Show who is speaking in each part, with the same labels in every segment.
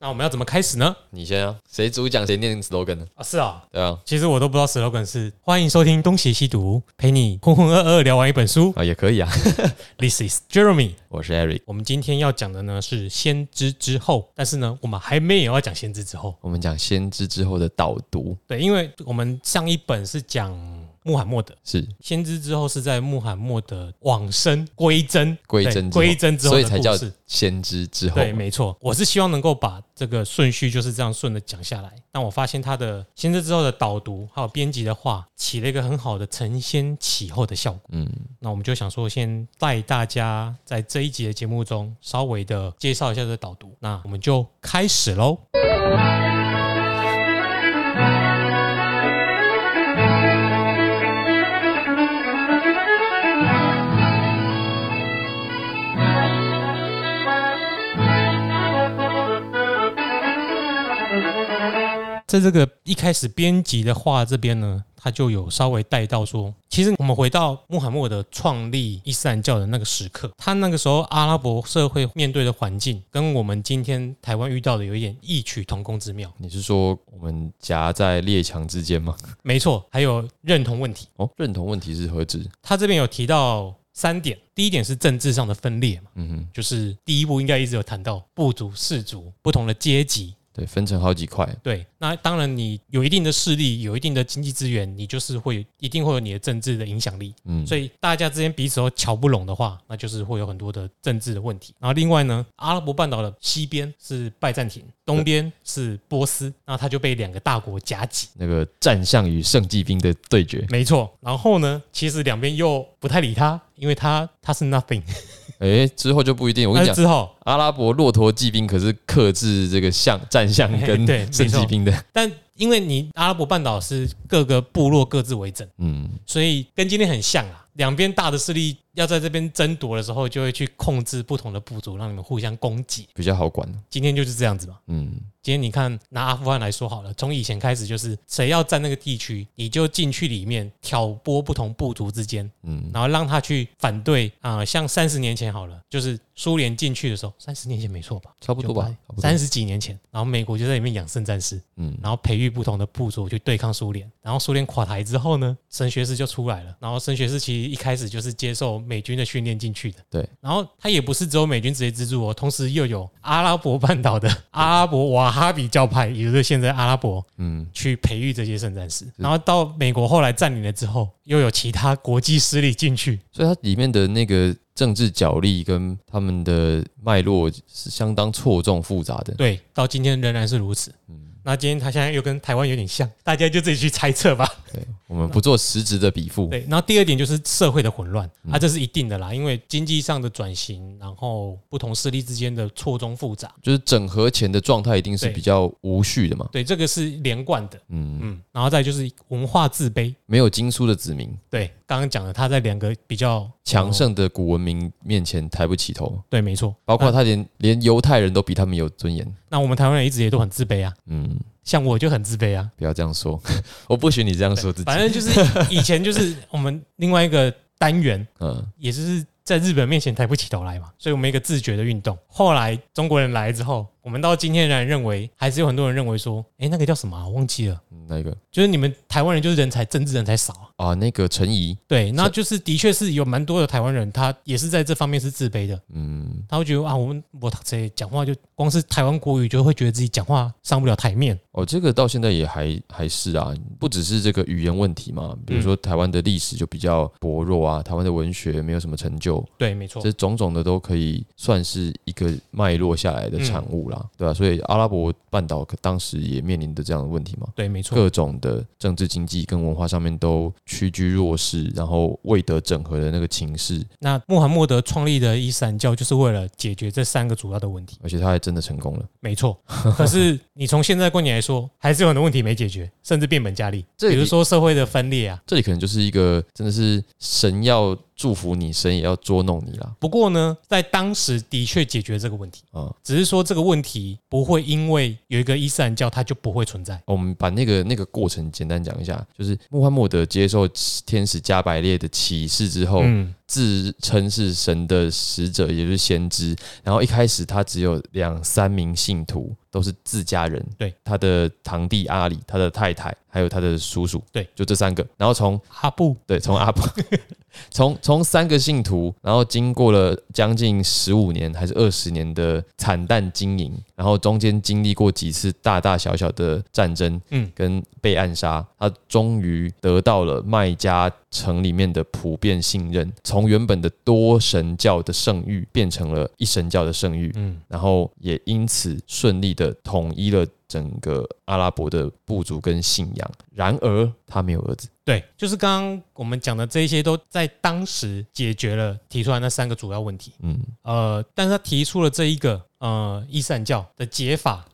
Speaker 1: 那我们要怎么开始呢？
Speaker 2: 你先啊，谁主讲谁念 slogan 呢？
Speaker 1: 啊，是啊，
Speaker 2: 对啊，
Speaker 1: 其实我都不知道 slogan 是欢迎收听东邪西毒，陪你浑浑噩噩聊完一本书。
Speaker 2: 啊也可以啊。
Speaker 1: This is Jeremy。
Speaker 2: 我是 Eric，
Speaker 1: 我们今天要讲的呢是先知之后，但是呢，我们还没有要讲先知之后。
Speaker 2: 我们讲先知之后的导读
Speaker 1: 对，因为我们上一本是讲穆罕默德，
Speaker 2: 是
Speaker 1: 先知之后是在穆罕默德往生归真，
Speaker 2: 归
Speaker 1: 对
Speaker 2: 真之后
Speaker 1: 归真之后
Speaker 2: 所
Speaker 1: 的
Speaker 2: 以才叫
Speaker 1: 故事
Speaker 2: 先知之后
Speaker 1: 对，没错，我是希望能够把这个顺序就是这样顺着讲下来。但我发现他的先知之后的导读还有编辑的话，起了一个很好的承先启后的效果。
Speaker 2: 嗯，
Speaker 1: 那我们就想说，先带大家在这一集的节目中稍微的介绍一下这个导读。那我们就开始喽。在这个一开始编辑的话这边呢，他就有稍微带到说，其实我们回到穆罕默德创立伊斯兰教的那个时刻，他那个时候阿拉伯社会面对的环境，跟我们今天台湾遇到的有一点异曲同工之妙。
Speaker 2: 你是说我们夹在列强之间吗？
Speaker 1: 没错，还有认同问题，
Speaker 2: 哦，认同问题是何止？
Speaker 1: 他这边有提到三点，第一点是政治上的分裂嘛，
Speaker 2: 嗯哼，
Speaker 1: 就是第一步应该一直有谈到部族、氏族不同的阶级，
Speaker 2: 对，分成好几块。
Speaker 1: 对，那当然，你有一定的势力，有一定的经济资源，你就是会一定会有你的政治的影响力。
Speaker 2: 嗯，
Speaker 1: 所以大家之间彼此都瞧不拢的话，那就是会有很多的政治的问题。然后另外呢，阿拉伯半岛的西边是拜占庭，东边是波斯，那它就被两个大国夹击。，
Speaker 2: 那个战象与圣骑兵的对决
Speaker 1: 没错，然后呢，其实两边又不太理他，因为他他是 nothing。
Speaker 2: 哎，之后就不一定。我跟
Speaker 1: 但
Speaker 2: 你
Speaker 1: 是
Speaker 2: 讲，
Speaker 1: 之后，
Speaker 2: 阿拉伯骆驼骑兵可是克制这个象战象
Speaker 1: 嘿
Speaker 2: 跟
Speaker 1: 对没
Speaker 2: 圣骑
Speaker 1: 错
Speaker 2: 兵的。
Speaker 1: 但因为你阿拉伯半岛是各个部落各自为政。
Speaker 2: 嗯，
Speaker 1: 所以跟今天很像啊。两边大的势力要在这边争夺的时候，就会去控制不同的部族，让你们互相攻击。
Speaker 2: 比较好管。
Speaker 1: 今天就是这样子嘛。
Speaker 2: 嗯，
Speaker 1: 今天你看，拿阿富汗来说好了，从以前开始就是谁要占那个地区，你就进去里面挑拨不同部族之间，
Speaker 2: 嗯，
Speaker 1: 然后让他去反对啊、呃像三十年前好了，就是苏联进去的时候，三十年前没错吧？
Speaker 2: 差不多吧，差不多
Speaker 1: 三。十几年前，然后美国就在里面养圣战士，
Speaker 2: 嗯，
Speaker 1: 然后培育不同的部族去对抗苏联。然后苏联垮台之后呢，神学士就出来了。然后神学士其实一开始就是接受美军的训练进去的。
Speaker 2: 对。
Speaker 1: 然后他也不是只有美军直接资助哦，同时又有阿拉伯半岛的 阿拉伯瓦哈比教派，也就是现在阿拉伯
Speaker 2: 嗯，
Speaker 1: 去培育这些圣战士。然后到美国后来占领了之后，又有其他国际势力进去。
Speaker 2: 所以它里面的那个政治角力跟他们的脉络是相当错综复杂的。
Speaker 1: 对，到今天仍然是如此。
Speaker 2: 嗯，
Speaker 1: 那今天他现在又跟台湾有点像，大家就自己去猜测吧。
Speaker 2: 对，我们不做实质的比附。
Speaker 1: 对，然后第二点就是社会的混乱
Speaker 2: 嗯
Speaker 1: 啊，这是一定的啦，因为经济上的转型，然后不同势力之间的错综复杂，
Speaker 2: 就是整合前的状态一定是
Speaker 1: 对
Speaker 2: 比较无序的嘛。
Speaker 1: 对，这个是连贯的，
Speaker 2: 嗯，
Speaker 1: 嗯，然后再就是文化自卑，
Speaker 2: 没有经书的子民，
Speaker 1: 对，刚刚讲的，他在两个比较哦
Speaker 2: 强，盛的古文明面前抬不起头，
Speaker 1: 对，没错，
Speaker 2: 包括
Speaker 1: 那
Speaker 2: 他连连犹太人都比他们有尊严。
Speaker 1: 那我们台湾人一直也都很自卑啊，
Speaker 2: 嗯，
Speaker 1: 像我就很自卑啊，
Speaker 2: 不要这样说， 我不许你这样说自己
Speaker 1: 反。正就是以前就是我们另外一个单元
Speaker 2: 嗯，
Speaker 1: 也就是在日本面前抬不起头来嘛，所以我们一个自觉的运动。后来中国人来之后，我们到今天仍然认为，还是有很多人认为说，诶，那个叫什么啊、我忘记了，
Speaker 2: 嗯那个
Speaker 1: 就是你们台湾人就是人才，政治人才少啊。
Speaker 2: 啊，那个陈怡，
Speaker 1: 对，那就是的确是有蛮多的台湾人，他也是在这方面是自卑的，
Speaker 2: 嗯，
Speaker 1: 他会觉得啊，我们我谁讲话就光是台湾国语就会觉得自己讲话上不了台面。
Speaker 2: 哦，这个到现在也还还是啊，不只是这个语言问题嘛，比如说台湾的历史就比较薄弱啊，台湾的文学没有什么成就，
Speaker 1: 对，没错，
Speaker 2: 这种种的都可以算是一个脉络下来的产物啦，对吧、啊所以阿拉伯半岛可当时也面临着这样的问题嘛，
Speaker 1: 对，没错，
Speaker 2: 各种的政治、经济跟文化上面都屈居弱势，然后未得整合的那个情势，
Speaker 1: 那穆罕默德创立的伊斯兰教就是为了解决这三个主要的问题，
Speaker 2: 而且他还真的成功了。
Speaker 1: 没错。可是你从现在观点来说，还是有很多问题没解决，甚至变本加厉，
Speaker 2: 这
Speaker 1: 比如
Speaker 2: 里
Speaker 1: 说社会的分裂啊。
Speaker 2: 这里可能就是一个真的是神要祝福你，神也要捉弄你啦。
Speaker 1: 不过呢，在当时的确解决这个问题，
Speaker 2: 啊、
Speaker 1: 只是说这个问题不会因为有一个伊斯兰教它就不会存在。
Speaker 2: 我们把那个那个过程简单讲一下，就是穆罕默德接受天使加百列的启示之后，
Speaker 1: 嗯，
Speaker 2: 自称是神的使者，也就是先知。然后一开始他只有两三名信徒，都是自家人，
Speaker 1: 对，
Speaker 2: 他的堂弟阿里、他的太太，还有他的叔叔，
Speaker 1: 对，
Speaker 2: 就这三个。然后从
Speaker 1: 阿布
Speaker 2: 对，从阿布，从从三个信徒，然后经过了将近十五年还是二十年的惨淡经营，然后中间经历过几次大大小小的战争，
Speaker 1: 嗯
Speaker 2: 嗯，跟被暗杀，他终于得到了麦加城里面的普遍信任，从原本的多神教的圣域变成了一神教的圣域，
Speaker 1: 嗯
Speaker 2: 然后也因此顺利的统一了整个阿拉伯的部族跟信仰。然而他没有儿子。
Speaker 1: 对，就是刚刚我们讲的这一些都在当时解决了提出来那三个主要问题。
Speaker 2: 嗯，
Speaker 1: 呃，但是他提出了这一个呃伊斯兰教的解法，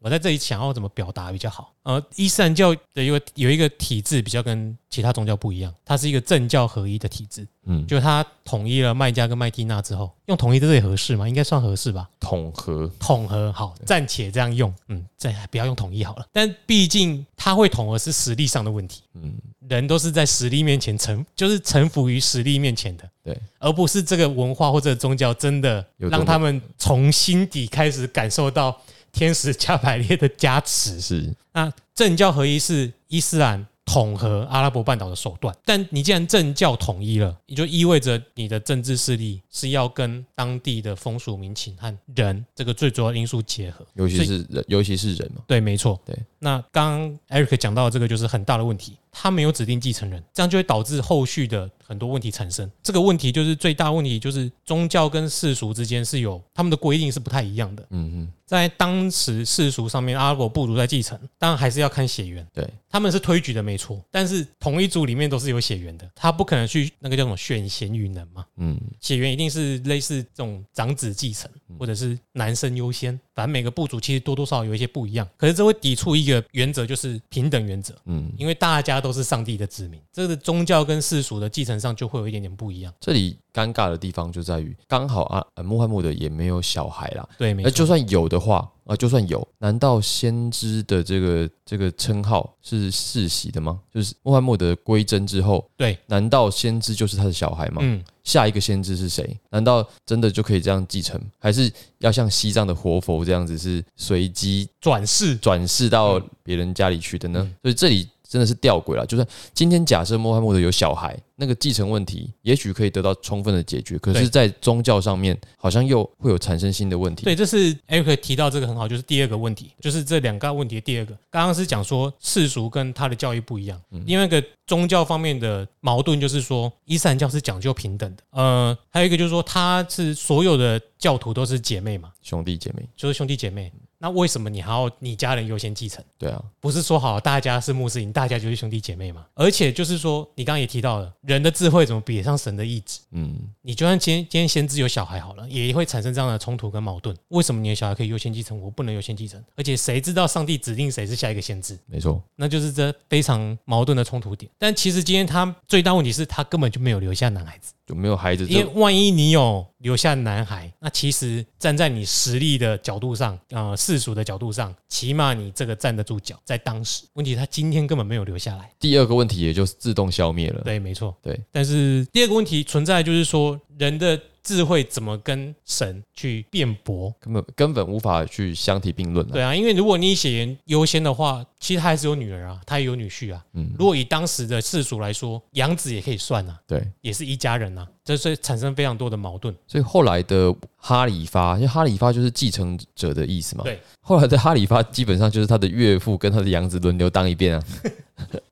Speaker 1: 我在这里想要怎么表达比较好？呃，伊斯兰教的一个有一个体制比较跟其他宗教不一样，它是一个政教合一的体制，
Speaker 2: 嗯，
Speaker 1: 就是它统一了麦加跟麦地那之后，用统一这个也合适吗？应该算合适吧。
Speaker 2: 统合，
Speaker 1: 统合好，暂且这样用，嗯，再不要用统一好了。但毕竟它会统合是实力上的问题，
Speaker 2: 嗯，
Speaker 1: 人都是在实力面前臣，就是臣服于实力面前的，
Speaker 2: 对，
Speaker 1: 而不是这个文化或者宗教真的
Speaker 2: 有
Speaker 1: 让
Speaker 2: 多么
Speaker 1: 他们从心底开始感受到天使加百列的加持。
Speaker 2: 是，
Speaker 1: 那政教合一是伊斯兰统合阿拉伯半岛的手段，但你既然政教统一了，也就意味着你的政治势力是要跟当地的风俗民情和人这个最主要因素结合。
Speaker 2: 尤
Speaker 1: 所
Speaker 2: 其
Speaker 1: 以
Speaker 2: 是人，尤其是人哦嘛，
Speaker 1: 对，没错。
Speaker 2: 对，
Speaker 1: 那刚刚 Eric 讲到的这个就是很大的问题，他没有指定继承人，这样就会导致后续的很多问题产生。这个问题就是最大问题，就是宗教跟世俗之间是有他们的规定是不太一样的。
Speaker 2: 嗯嗯，
Speaker 1: 在当时世俗上面，阿拉伯部族在继承，当然还是要看血缘。
Speaker 2: 对，
Speaker 1: 他们是推举的没错，但是同一族里面都是有血缘的，他不可能去那个叫什么选贤与能嘛，
Speaker 2: 嗯，
Speaker 1: 血缘一定是类似这种长子继承或者是男生优先，反正每个部族其实多多少少有一些不一样，可是这会抵触一个原则，就是平等原则。
Speaker 2: 嗯，
Speaker 1: 因为大家都是上帝的子民，这个宗教跟世俗的继承上就会有一点点不一样。
Speaker 2: 这里尴尬的地方就在于，刚好啊，呃穆罕默德也没有小孩啦，
Speaker 1: 对，没
Speaker 2: 那
Speaker 1: 错，
Speaker 2: 哎就算有的话，啊，就算有，难道先知的这个这个称号是世袭的吗？就是穆罕默德归真之后，
Speaker 1: 对，
Speaker 2: 难道先知就是他的小孩吗？
Speaker 1: 嗯，
Speaker 2: 下一个先知是谁？难道真的就可以这样继承？还是要像西藏的活佛这样子是随机
Speaker 1: 转世，
Speaker 2: 转世到别人家里去的呢？
Speaker 1: 嗯
Speaker 2: 所以这里真的是吊诡了。就算今天假设穆罕默德有小孩，那个继承问题也许可以得到充分的解决，可
Speaker 1: 对
Speaker 2: 是，在宗教上面好像又会有产生新的问题。
Speaker 1: 对，这是 Eric 提到这个很好，就是第二个问题，就是这两个问题的第二个。刚刚是讲说世俗跟他的教义不一样，另外一个宗教方面的矛盾就是说，伊斯兰教是讲究平等的，呃，还有一个就是说，他是所有的教徒都是姐妹嘛，
Speaker 2: 兄弟姐妹，
Speaker 1: 就是兄弟姐妹。那为什么你还要你家人优先继承？
Speaker 2: 对啊，
Speaker 1: 不是说好大家是穆斯林，大家就是兄弟姐妹嘛？而且就是说，你刚刚也提到了，人的智慧怎么比得上神的意志？
Speaker 2: 嗯，
Speaker 1: 你就算今天今天先知有小孩好了，也会产生这样的冲突跟矛盾。为什么你的小孩可以优先继承，我不能优先继承？而且谁知道上帝指定谁是下一个先知？
Speaker 2: 没错，
Speaker 1: 那就是这非常矛盾的冲突点。但其实今天他最大问题是他根本就没有留下男孩子，
Speaker 2: 有没有孩子
Speaker 1: 因为
Speaker 2: 这
Speaker 1: 万一你有留下男孩，那其实站在你实力的角度上，呃，世俗的角度上，起码你这个站得住脚。在当时，问题他今天根本没有留下来。
Speaker 2: 第二个问题也就自动消灭了。
Speaker 1: 对，没错，
Speaker 2: 对。
Speaker 1: 但是第二个问题存在就是说，人的智慧怎么跟神去辩驳？
Speaker 2: 根本根本无法去相提并论了。
Speaker 1: 对啊，因为如果你以血缘优先的话，其实他还是有女儿啊，他也有女婿啊。
Speaker 2: 嗯，
Speaker 1: 如果以当时的世俗来说，养子也可以算啊，
Speaker 2: 对，
Speaker 1: 也是一家人啊，这所以产生非常多的矛盾。
Speaker 2: 所以后来的哈里发，因为哈里发就是继承者的意思嘛。
Speaker 1: 对，
Speaker 2: 后来的哈里发基本上就是他的岳父跟他的养子轮流当一遍啊。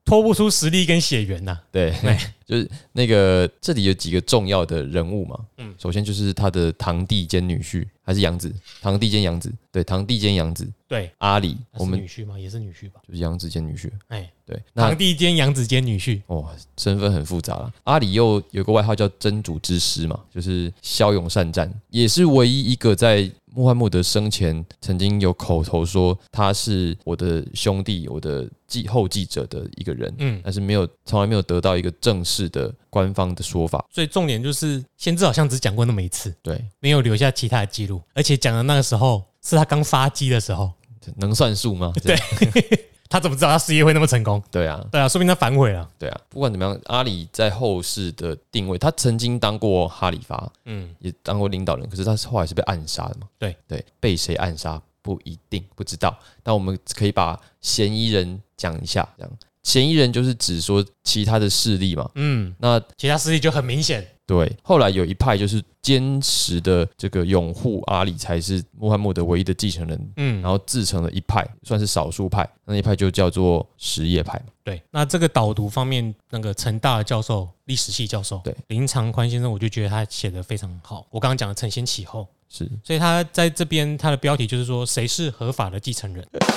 Speaker 1: 脱不出实力跟血缘啊呐、
Speaker 2: 对
Speaker 1: 对，
Speaker 2: 就是那个这里有几个重要的人物嘛，
Speaker 1: 嗯
Speaker 2: 嗯，首先就是他的堂弟兼女婿，还是养子，堂弟兼养子，对，堂弟兼养子
Speaker 1: 对，
Speaker 2: 阿里，
Speaker 1: 那
Speaker 2: 我
Speaker 1: 是
Speaker 2: 们
Speaker 1: 女婿吗？也是女婿吧？
Speaker 2: 就是养子兼女婿，
Speaker 1: 哎，
Speaker 2: 对，那
Speaker 1: 堂弟兼养子兼女婿，
Speaker 2: 哦，身份很复杂了。阿里又有个外号叫真主之师嘛，就是骁勇善战，也是唯一一个在穆罕默德生前曾经有口头说他是我的兄弟、我的继后继者的一个人，
Speaker 1: 嗯。
Speaker 2: 但是没有从来没有得到一个正式的官方的说法。
Speaker 1: 所以重点就是，先知好像只讲过那么一次，
Speaker 2: 对，
Speaker 1: 没有留下其他的记录，而且讲的那个时候是他刚发迹的时候，
Speaker 2: 能算数吗？
Speaker 1: 对，他怎么知道他事业会那么成功？
Speaker 2: 对啊，
Speaker 1: 对啊，说明他反悔了。
Speaker 2: 对啊，不管怎么样，阿里在后世的定位，他曾经当过哈里发，
Speaker 1: 嗯，
Speaker 2: 也当过领导人，可是他是后来是被暗杀的嘛？
Speaker 1: 对
Speaker 2: 对，被谁暗杀不一定不知道，但我们可以把嫌疑人讲一下，这样嫌疑人就是指说其他的势力嘛。
Speaker 1: 嗯，
Speaker 2: 那
Speaker 1: 其他势力就很明显。
Speaker 2: 对，后来有一派就是坚持的这个拥护阿里才是穆罕默德唯一的继承人，
Speaker 1: 嗯，
Speaker 2: 然后自成了一派，算是少数派，那一派就叫做什叶派嘛。
Speaker 1: 对，那这个导读方面，那个成大的教授，历史系教授，
Speaker 2: 对
Speaker 1: 林长宽先生，我就觉得他写的非常好。我刚刚讲的承先启后，
Speaker 2: 是
Speaker 1: 所以他在这边他的标题就是说谁是合法的继承人。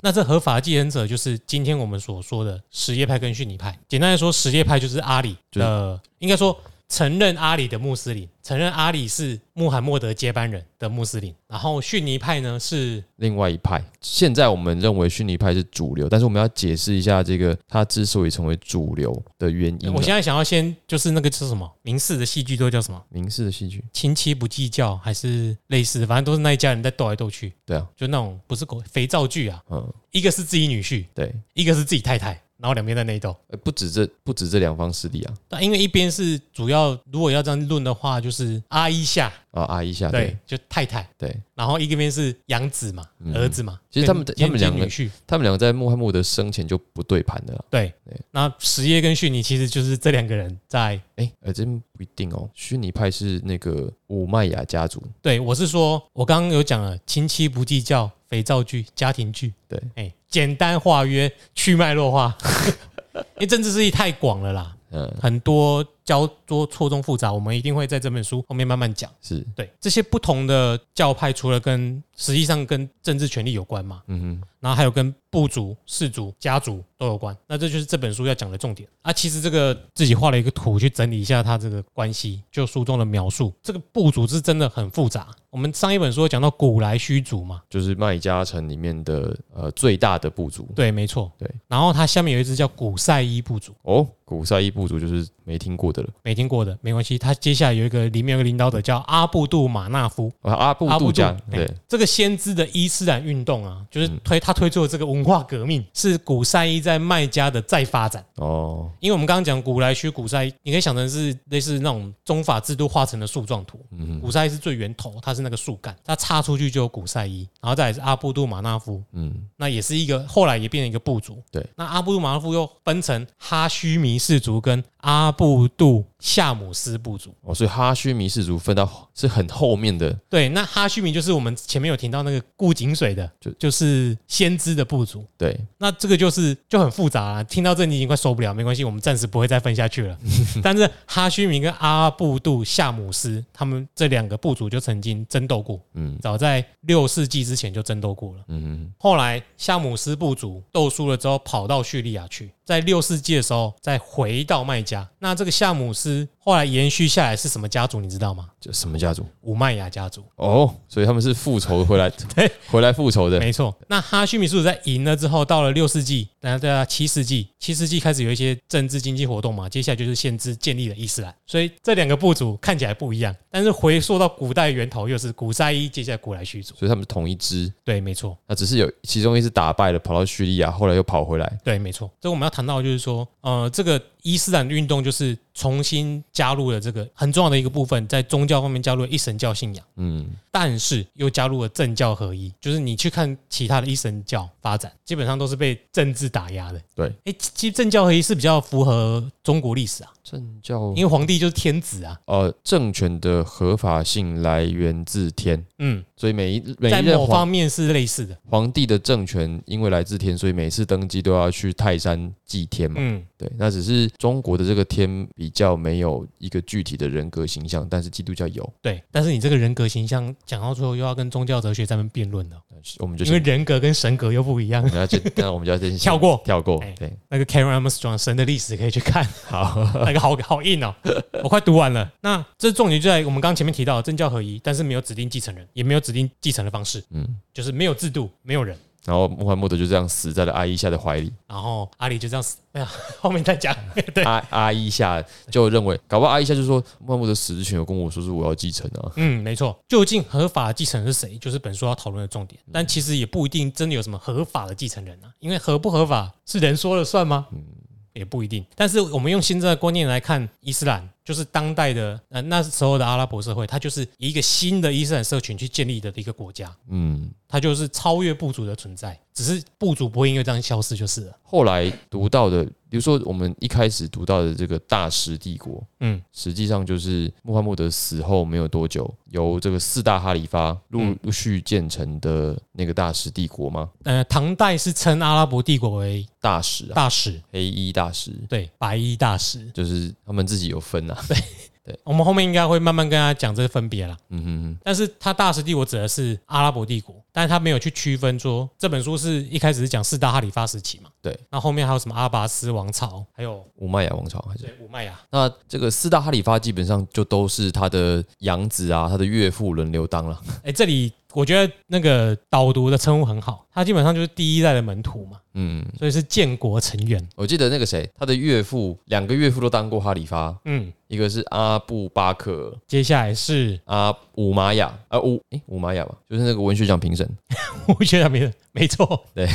Speaker 1: 那这合法的继承者就是今天我们所说的什叶派跟逊尼派。简单来说，什叶派就是阿里的，呃应该说承认阿里的穆斯林，承认阿里是穆罕默德接班人的穆斯林。然后逊尼派呢是
Speaker 2: 另外一派。现在我们认为逊尼派是主流，但是我们要解释一下这个它之所以成为主流的原因啊。
Speaker 1: 我现在想要先就是那个是什么明式的戏剧都叫什么
Speaker 2: 民事的戏剧，
Speaker 1: 亲戚不计较还是类似，反正都是那一家人在斗来斗去，
Speaker 2: 对啊，
Speaker 1: 就那种不是狗肥皂剧啊，
Speaker 2: 嗯，
Speaker 1: 一个是自己女婿，
Speaker 2: 对，
Speaker 1: 一个是自己太太，然后两边在内斗。
Speaker 2: 呃不止这不止这两方势力啊，
Speaker 1: 但因为一边是主要，如果要这样论的话，就是阿伊夏，
Speaker 2: 啊，阿一下，
Speaker 1: 对，就太太，
Speaker 2: 对，
Speaker 1: 然后一边是养子嘛，
Speaker 2: 嗯
Speaker 1: 儿子嘛。
Speaker 2: 其实他们
Speaker 1: 跟
Speaker 2: 他们两个
Speaker 1: 女婿，
Speaker 2: 他们两个在穆罕默德生前就不对盘啊的啦。
Speaker 1: 对
Speaker 2: 对，
Speaker 1: 那什叶跟逊尼其实就是这两个人在。
Speaker 2: 哎、呃，真不一定哦。虚拟派是那个武麦雅家族，
Speaker 1: 对，我是说，我刚刚有讲了，亲戚不计较，肥皂剧、家庭剧，
Speaker 2: 对，
Speaker 1: 哎、简单化约，去脉络 化，因为政治势力太广了啦，
Speaker 2: 嗯，
Speaker 1: 很多交多错综复杂，我们一定会在这本书后面慢慢讲。
Speaker 2: 是，
Speaker 1: 对，这些不同的教派，除了跟实际上跟政治权力有关嘛，
Speaker 2: 嗯哼，
Speaker 1: 然后还有跟部族、氏族、家族都有关。那这就是这本书要讲的重点啊。其实这个自己画了一个图去整理一下它这个关系，就书中的描述，这个部族是真的很复杂。我们上一本书有讲到古来虚族嘛，
Speaker 2: 就是麦加城里面的呃最大的部族。
Speaker 1: 对，没错，
Speaker 2: 对。
Speaker 1: 然后它下面有一支叫古赛伊部族，
Speaker 2: 哦，古赛伊部族就是没听过的了。
Speaker 1: 没听过的没关系。它接下来有一个里面有个领导者叫阿布杜马纳夫，
Speaker 2: 啊阿布
Speaker 1: 阿
Speaker 2: 杜
Speaker 1: 布
Speaker 2: 家，
Speaker 1: 杜
Speaker 2: 对
Speaker 1: 哎，这个先知的伊斯兰运动啊，就是推他推出的这个文化革命，是古赛伊在麦加的再发展。
Speaker 2: 哦，
Speaker 1: 因为我们刚刚讲古莱区古赛，你可以想成是类似那种中法制度画成的树状图。
Speaker 2: 嗯哼
Speaker 1: 古赛伊是最源头，它是那个树干，它插出去就有古赛伊，然后再来是阿布杜马纳夫，
Speaker 2: 嗯，
Speaker 1: 那也是一个后来也变成一个部族。
Speaker 2: 对，
Speaker 1: 那阿布杜马纳夫又分成哈须弥氏族跟阿布杜夏姆斯部族。
Speaker 2: 哦，所以哈须弥氏族分到是很后面的，
Speaker 1: 对，那哈须弥就是我们前面有提到那个顾井水的，
Speaker 2: 就
Speaker 1: 就就是先知的部族。
Speaker 2: 对，
Speaker 1: 那这个就是就很复杂啦，听到这你已经快受不了，没关系，我们暂时不会再分下去 了。但是哈须弥跟阿布杜夏姆斯他们这两个部族就曾经争斗过，
Speaker 2: 嗯
Speaker 1: 早在六世纪之前就争斗过了。
Speaker 2: 嗯哼，
Speaker 1: 后来夏姆斯部族斗输了之后，跑到叙利亚去，在六世纪的时候再回到麦加。那这个夏姆斯后来延续下来是什么家族，你知道吗？
Speaker 2: 这什么家族？
Speaker 1: 武麦亚家族。
Speaker 2: 哦，所以他们是复 仇回来，回来复仇的，
Speaker 1: 没错，那哈须弥宿在赢了之后，到了六世纪，然后到了啊七世纪，七世纪开始有一些政治经济活动嘛，接下来就是先知建立了伊斯兰，所以这两个部族看起来不一样，但是回溯到古代源头，又是古赛伊，接下来古来虚族，
Speaker 2: 所以他们是同一支，
Speaker 1: 对，没错，
Speaker 2: 那只是有其中一支打败了，跑到叙利亚，后来又跑回来，
Speaker 1: 对，没错。这我们要谈到的就是说，呃，这个伊斯兰运动就是重新加入了这个很重要的一个部分，在宗教方面加入了一神教信仰。
Speaker 2: 嗯，
Speaker 1: 但是又加入了政教合一，就是你去看其他的一神教发展，基本上都是被政治打压的。
Speaker 2: 对
Speaker 1: 哎、其其实政教合一是比较符合中国历史啊，
Speaker 2: 政教
Speaker 1: 因为皇帝就是天子啊，
Speaker 2: 呃政权的合法性来源自天，
Speaker 1: 嗯，
Speaker 2: 所以每一每
Speaker 1: 在
Speaker 2: 一任
Speaker 1: 某方
Speaker 2: 皇
Speaker 1: 面是类似的，
Speaker 2: 皇帝的政权因为来自天，所以每次登基都要去泰山祭天嘛。
Speaker 1: 嗯，
Speaker 2: 对，那只是中国的这个天比较没有一个具体的人格形象，但是基督教有，
Speaker 1: 对。但是你这个人格形象讲到最后，又要跟宗教哲学在那边辩论了，
Speaker 2: 我们就
Speaker 1: 因为
Speaker 2: 先
Speaker 1: 人格跟神格又不一样
Speaker 2: 我。们要先， 那我们就要先
Speaker 1: 跳过
Speaker 2: 跳过
Speaker 1: 哎，
Speaker 2: 对，
Speaker 1: 那个 Karen Armstrong 神的历史可以去 看，好，那个好好硬哦，我快读完了。那这重点就在我们刚刚前面提到的政教合一，但是没有指定继承人，也没有指定继承的方式，
Speaker 2: 嗯，
Speaker 1: 就是没有制度，没有人。
Speaker 2: 然后穆罕默德就这样死在了阿伊夏的怀里。
Speaker 1: 然后阿里就这样死，哎呀，后面再讲。对，
Speaker 2: 阿阿伊夏就认为，搞不好阿伊夏就说穆罕默德死之前有跟我说是我要继承啊。
Speaker 1: 嗯，没错，究竟合法继承人是谁，就是本书要讨论的重点。但其实也不一定真的有什么合法的继承人啊，因为合不合法是人说了算吗？也不一定。但是我们用现在的观念来看，伊斯兰就是当代的呃那时候的阿拉伯社会，它就是一个新的伊斯兰社群去建立的一个国家，
Speaker 2: 嗯，
Speaker 1: 它就是超越部族的存在，只是部族不会因为这样消失就是了。
Speaker 2: 后来读到的，比如说我们一开始读到的这个大食帝国，
Speaker 1: 嗯，
Speaker 2: 实际上就是穆罕默德死后没有多久，由这个四大哈里发陆
Speaker 1: 嗯
Speaker 2: 陆续建成的那个大食帝国吗？
Speaker 1: 呃，唐代是称阿拉伯帝国为
Speaker 2: 大食啊，
Speaker 1: 大使，
Speaker 2: 黑衣大食，
Speaker 1: 对，白衣大使。
Speaker 2: 就是他们自己有分啊。
Speaker 1: 我们后面应该会慢慢跟他讲这个分别啦。
Speaker 2: 嗯哼哼，
Speaker 1: 但是他大食帝国指的是阿拉伯帝国，但是他没有去区分说这本书是一开始是讲四大哈里发时期嘛，
Speaker 2: 对，
Speaker 1: 那后面还有什么阿拔斯王朝，还有
Speaker 2: 乌麦亚王朝还是？
Speaker 1: 对五麦啊亚，
Speaker 2: 那这个四大哈里发基本上就都是他的养子啊，他的岳父轮流当了。
Speaker 1: 哎、这里我觉得那个导读的称呼很好，他基本上就是第一代的门徒嘛，
Speaker 2: 嗯，
Speaker 1: 所以是建国成员，
Speaker 2: 我记得那个谁，他的岳父两个岳父都当过哈里发，
Speaker 1: 嗯，
Speaker 2: 一个是阿布巴克尔
Speaker 1: 接下来是
Speaker 2: 阿五玛雅，啊五诶五玛雅吧，就是那个文学奖评审。
Speaker 1: 我觉得没没错，
Speaker 2: 对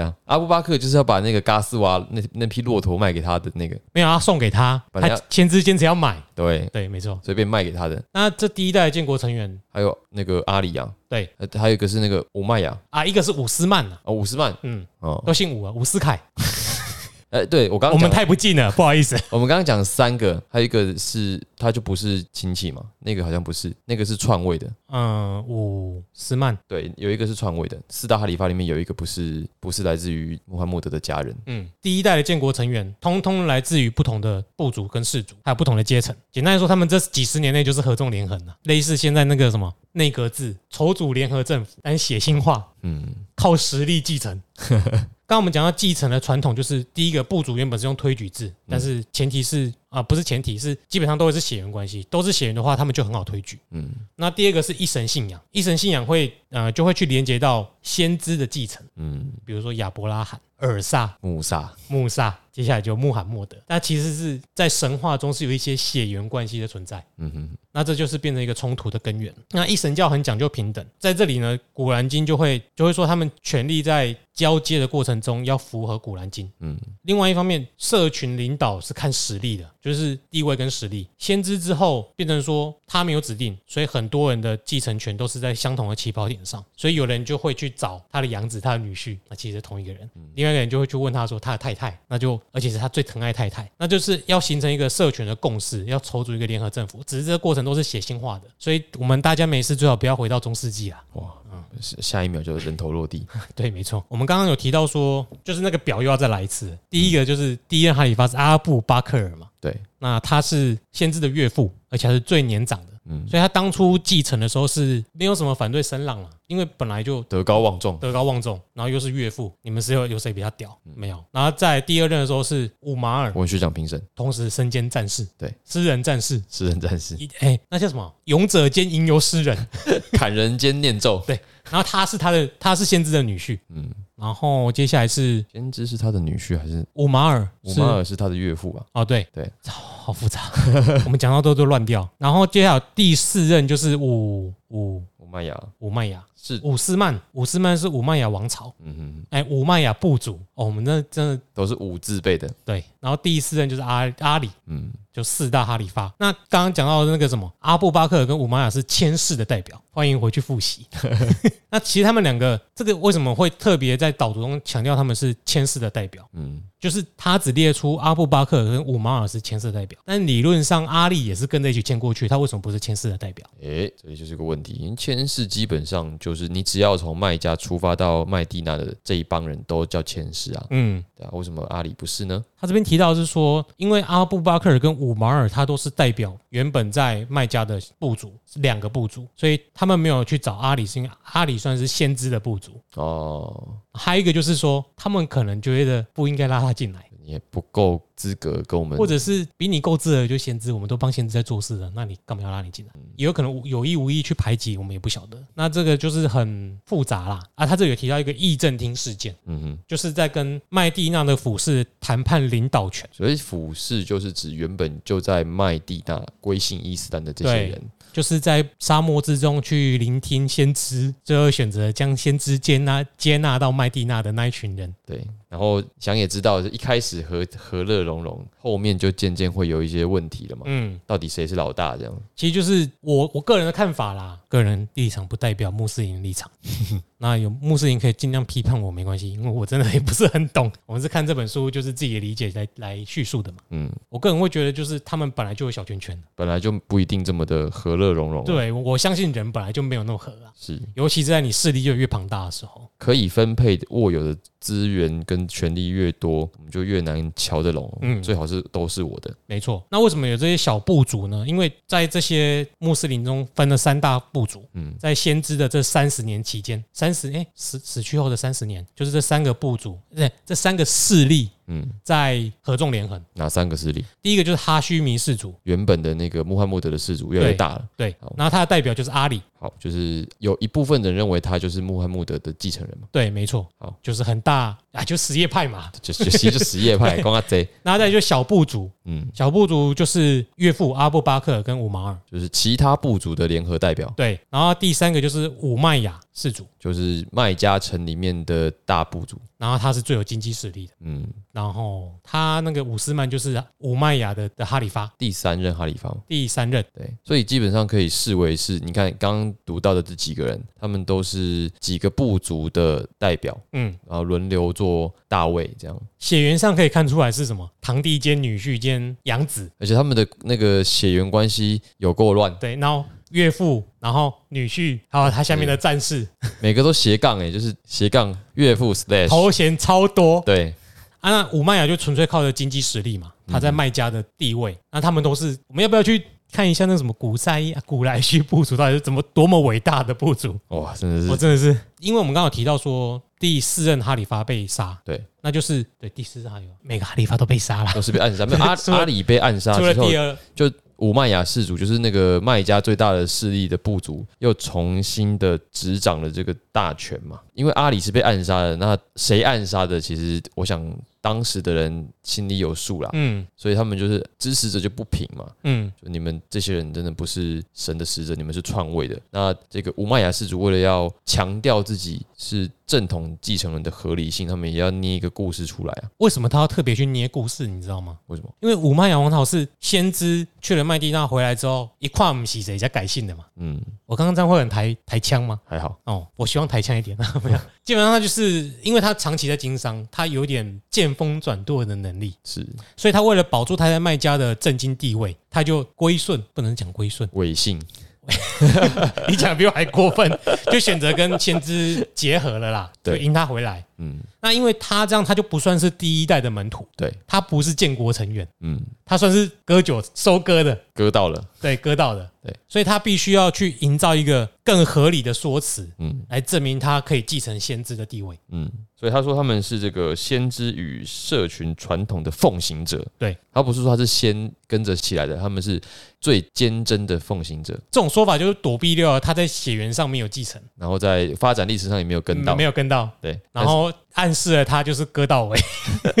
Speaker 2: 啊，阿布巴克就是要把那个嘎斯瓦那那匹骆驼卖给他的那个，
Speaker 1: 没有他送给他，
Speaker 2: 本来要
Speaker 1: 他签字坚持要买，
Speaker 2: 对，
Speaker 1: 对，没错。
Speaker 2: 随便卖给他的。
Speaker 1: 那这第一代的建国成员，
Speaker 2: 还有那个阿里啊，
Speaker 1: 对
Speaker 2: 呃还有一个是那个五玛雅
Speaker 1: 啊，一个是伍斯曼啊，
Speaker 2: 啊，伍斯曼
Speaker 1: 嗯，
Speaker 2: 哦，
Speaker 1: 都姓伍啊，伍斯凯，
Speaker 2: 哎、对我刚
Speaker 1: 我
Speaker 2: 刚
Speaker 1: 们
Speaker 2: 讲
Speaker 1: 太不近 了，不好意思。
Speaker 2: 我们刚刚讲三个，还有一个是他就不是亲戚嘛，那个好像不是，那个是篡位的。
Speaker 1: 嗯，伍斯曼，
Speaker 2: 对，有一个是篡位的，四大哈里发里面有一个不是不是来自于穆罕默德的家人。
Speaker 1: 嗯，第一代的建国成员，通通来自于不同的部族跟氏族，还有不同的阶层。简单来说，他们这几十年内就是合纵连横了、类似现在那个什么内阁制、筹组联合政府，但血腥化，
Speaker 2: 嗯，
Speaker 1: 靠实力继 承。刚刚我们讲到继承的传统，就是第一个部族原本是用推举制，但是前提是啊、不是前提是基本上都会是血缘关系，都是血缘的话，他们就很好推举。
Speaker 2: 嗯
Speaker 1: 嗯，那第二个是一神信仰，一神信仰会呃就会去连接到先知的继承。
Speaker 2: 嗯，
Speaker 1: 比如说亚伯拉罕、尔萨、
Speaker 2: 穆萨，
Speaker 1: 穆萨，接下来就穆罕默德。那其实是在神话中是有一些血缘关系的存在，
Speaker 2: 嗯哼，
Speaker 1: 那这就是变成一个冲突的根源。那一神教很讲究平等，在这里呢，《古兰经》就会就会说他们权力在交接的过程中要符合《古兰经》。
Speaker 2: 嗯，
Speaker 1: 另外一方面，社群领导是看实力的，就是地位跟实力。先知之后变成说他没有指定，所以很多人的继承权都是在相同的起跑点上，所以有人就会去找他的养子、他的女婿，那其实是同一个人。另外一个人就会去问他说他的太太，那就而且是他最疼爱太太，那就是要形成一个社群的共识，要筹组一个联合政府。只是这个过程都是血腥化的，所以我们大家没事最好不要回到中世纪啦。
Speaker 2: 哇，下下一秒就人头落地。
Speaker 1: 对，没错。我们刚刚有提到说，就是那个表又要再来一次。第一个就是第一任哈里发是阿布巴克尔嘛，
Speaker 2: 对，
Speaker 1: 那他是先知的岳父，而且还是最年长的，
Speaker 2: 嗯，
Speaker 1: 所以他当初继承的时候是没有什么反对声浪了，因为本来就
Speaker 2: 德高望重。
Speaker 1: 德高望重，然后又是岳父，你们是有有谁比他屌？
Speaker 2: 嗯
Speaker 1: 没有。然后在第二任的时候是乌马尔，
Speaker 2: 文学奖评审，
Speaker 1: 同时身兼战士，
Speaker 2: 对，
Speaker 1: 诗人战士。
Speaker 2: 诗人战士，
Speaker 1: 一哎、那叫什么？勇者兼吟游诗 人。
Speaker 2: 砍人间念咒。
Speaker 1: 然后他是他的，他是先知的女婿。
Speaker 2: 嗯，
Speaker 1: 然后接下来是
Speaker 2: 先知是他的女婿还是
Speaker 1: 乌马尔，
Speaker 2: 乌
Speaker 1: 是
Speaker 2: 马尔是他的岳父吧？
Speaker 1: 哦，对
Speaker 2: 对，
Speaker 1: 好复杂， 我们讲到都都乱掉。然后接下来第四任就是五五
Speaker 2: 乌玛雅
Speaker 1: 五麦雅，
Speaker 2: 是，
Speaker 1: 五斯曼，五斯曼是五麦雅王朝，
Speaker 2: 嗯哼，
Speaker 1: 哎，五麦雅部族。哦，我们那真的
Speaker 2: 都是五字辈的。
Speaker 1: 对。然后第四任就是阿阿里，
Speaker 2: 嗯，
Speaker 1: 就四大哈里发。那刚刚讲到的那个什么阿布巴克尔跟五玛雅是千世的代表，欢迎回去复 习。那其实他们两个，这个为什么会特别在导读中强调他们是千世的代表？
Speaker 2: 嗯，
Speaker 1: 就是他只列出阿布巴克尔跟五马尔是牵涉代表，但理论上阿里也是跟着一起牵过去，他为什么不是牵涉的代表？
Speaker 2: 诶，这里就是个问题。因为千世基本上就是你只要从卖家出发到麦地那的这一帮人都叫千世啊，
Speaker 1: 嗯，
Speaker 2: 对啊，为什么阿里不是呢？
Speaker 1: 他这边提到是说，因为阿布巴克尔跟五马尔他都是代表原本在麦加的部族，是两个部族，所以他们没有去找阿里，是因为阿里算是先知的部族。
Speaker 2: 哦，
Speaker 1: 还有一个就是说，他们可能觉得不应该拉他进来，
Speaker 2: 你你也不够资格跟我们，
Speaker 1: 或者是比你够自而就先知，我们都帮先知在做事了，那你干嘛要拉你进来？也有可能无有意无意去排挤，我们也不晓得。那这个就是很复杂啦。啊，他这里有提到一个议政厅事件，
Speaker 2: 嗯哼，
Speaker 1: 就是在跟麦地那的府士谈判领导权，
Speaker 2: 所以俯视就是指原本就在麦地那归信伊斯兰的这些
Speaker 1: 对
Speaker 2: 人，
Speaker 1: 就是在沙漠之中去聆听先知，最后选择将先知接纳接纳到麦地那的那一群人。
Speaker 2: 对，然后想也知道，就一开始和和乐融融，后面就渐渐会有一些问题了嘛。
Speaker 1: 嗯，
Speaker 2: 到底谁是老大？这样，
Speaker 1: 其实就是我我个人的看法啦，个人立场不代表穆斯林立场。那有穆斯林可以尽量批判我没关系，因为我真的也不是很懂。 我们是看这本书，就是自己的理解来来叙述的嘛。
Speaker 2: 嗯，
Speaker 1: 我个人会觉得，就是他们本来就有小圈圈，
Speaker 2: 本来就不一定这么的和乐融融。，啊
Speaker 1: 对我相信人本来就没有那么合啊，
Speaker 2: 是
Speaker 1: 尤其是在你势力越来越庞大的时候。
Speaker 2: 可以分配握有的资源跟权力越多，我们就越难瞧得拢。
Speaker 1: 嗯
Speaker 2: 最好是都是我的。
Speaker 1: 没错，那为什么有这些小部族呢？因为在这些穆斯林中分了三大部族，
Speaker 2: 嗯，
Speaker 1: 在先知的这三十年期间，三十哎死死去后的三十年，就是这三个部族，对，这三个势力
Speaker 2: 嗯，
Speaker 1: 在合纵连横。
Speaker 2: 哪三个势力？
Speaker 1: 第一个就是哈须弥氏族，
Speaker 2: 原本的那个穆罕默德的氏族越来越
Speaker 1: 对
Speaker 2: 大了。
Speaker 1: 对
Speaker 2: 好，
Speaker 1: 然后他的代表就是阿里，
Speaker 2: 好，就是有一部分人认为他就是穆罕默德的继承人嘛，
Speaker 1: 对，没错
Speaker 2: 好，
Speaker 1: 就是很大啊，就什叶派嘛。
Speaker 2: 就就其实就什叶派，光阿 贼，
Speaker 1: 然后再来就是小部族，
Speaker 2: 嗯，
Speaker 1: 小部族就是岳父阿布巴克尔跟五马尔，
Speaker 2: 就是其他部族的联合代表。
Speaker 1: 对，然后第三个就是五麦雅氏族，
Speaker 2: 就是麦加城里面的大部族。
Speaker 1: 然后他是最有经济实力的。
Speaker 2: 嗯，
Speaker 1: 然后他那个伍斯曼就是五麦雅的的哈里发
Speaker 2: 第三任哈里发嘛，
Speaker 1: 第三任，
Speaker 2: 对，所以基本上可以视为是，你看刚刚读到的这几个人，他们都是几个部族的代表，
Speaker 1: 嗯，
Speaker 2: 然后轮流做大卫这样，
Speaker 1: 血缘上可以看出来是什么堂弟兼女婿兼养子，
Speaker 2: 而且他们的那个血缘关系有够乱，
Speaker 1: 对，然后岳父，然后女婿，还有他下面的战士，
Speaker 2: 每个都斜杠哎、就是斜杠岳父 slash，
Speaker 1: 头衔超多
Speaker 2: 对，
Speaker 1: 啊。那五麦雅就纯粹靠着经济实力嘛，他在卖家的地位，那他们都是我们要不要去看一下那什么古塞伊、啊古莱西部族到底是怎么多么伟大的部族？
Speaker 2: 哇，真的
Speaker 1: 我
Speaker 2: 是
Speaker 1: 真的是，因为我们刚好提到说第四任哈里发被杀，
Speaker 2: 对，
Speaker 1: 那就是对第四任哈里发，每个哈里发都被杀了，
Speaker 2: 都是被暗杀，没有 阿
Speaker 1: 除了
Speaker 2: 阿里被暗杀
Speaker 1: 除
Speaker 2: 之
Speaker 1: 了
Speaker 2: 后
Speaker 1: 第，二，
Speaker 2: 就武麦雅氏族，就是那个麦加最大的势力的部族，又重新的执掌了这个大权嘛。因为阿里是被暗杀的，那谁暗杀的？其实我想当时的人心里有数啦，
Speaker 1: 嗯
Speaker 2: 所以他们就是支持者就不平嘛。
Speaker 1: 嗯，
Speaker 2: 就你们这些人真的不是神的使者，你们是篡位的。那这个武麦雅氏族为了要强调自己是正统继承人的合理性，他们也要捏一个故事出来啊。
Speaker 1: 为什么他要特别去捏故事，你知道吗？
Speaker 2: 为什么？
Speaker 1: 因为五麦洋王朝是先知去了麦地那回来之后，一跨母洗谁家改姓的嘛。
Speaker 2: 嗯，
Speaker 1: 我刚刚这样会很台台腔吗？
Speaker 2: 还好。
Speaker 1: 哦，我希望台腔一点， 没有。基本上他就是因为他长期在经商，他有点见风转舵的能力，
Speaker 2: 是
Speaker 1: 所以他为了保住他在麦家的正经地位，他就归顺，不能讲归顺，
Speaker 2: 伪信，
Speaker 1: 你讲得比我还过分， 就选择跟先知结合了啦，就
Speaker 2: 对
Speaker 1: 迎他回来。
Speaker 2: 嗯，
Speaker 1: 那因为他这样，他就不算是第一代的门徒，
Speaker 2: 对，
Speaker 1: 他不是建国成员，
Speaker 2: 嗯，
Speaker 1: 他算是割韭收割的，
Speaker 2: 割到了，
Speaker 1: 对，割到的，
Speaker 2: 对，
Speaker 1: 所以他必须要去营造一个更合理的说辞，
Speaker 2: 嗯。
Speaker 1: 来证明他可以继承先知的地位。
Speaker 2: 嗯，所以他说他们是这个先知与社群传统的奉行者。
Speaker 1: 对，
Speaker 2: 他不是说他是先跟着起来的，他们是最坚贞的奉行者，
Speaker 1: 这种说法就是躲避掉了他在血缘上没有继承，
Speaker 2: 然后在发展历史上也没有跟到。
Speaker 1: 嗯没有跟到，
Speaker 2: 对，
Speaker 1: 然后暗示了他就是割到 尾。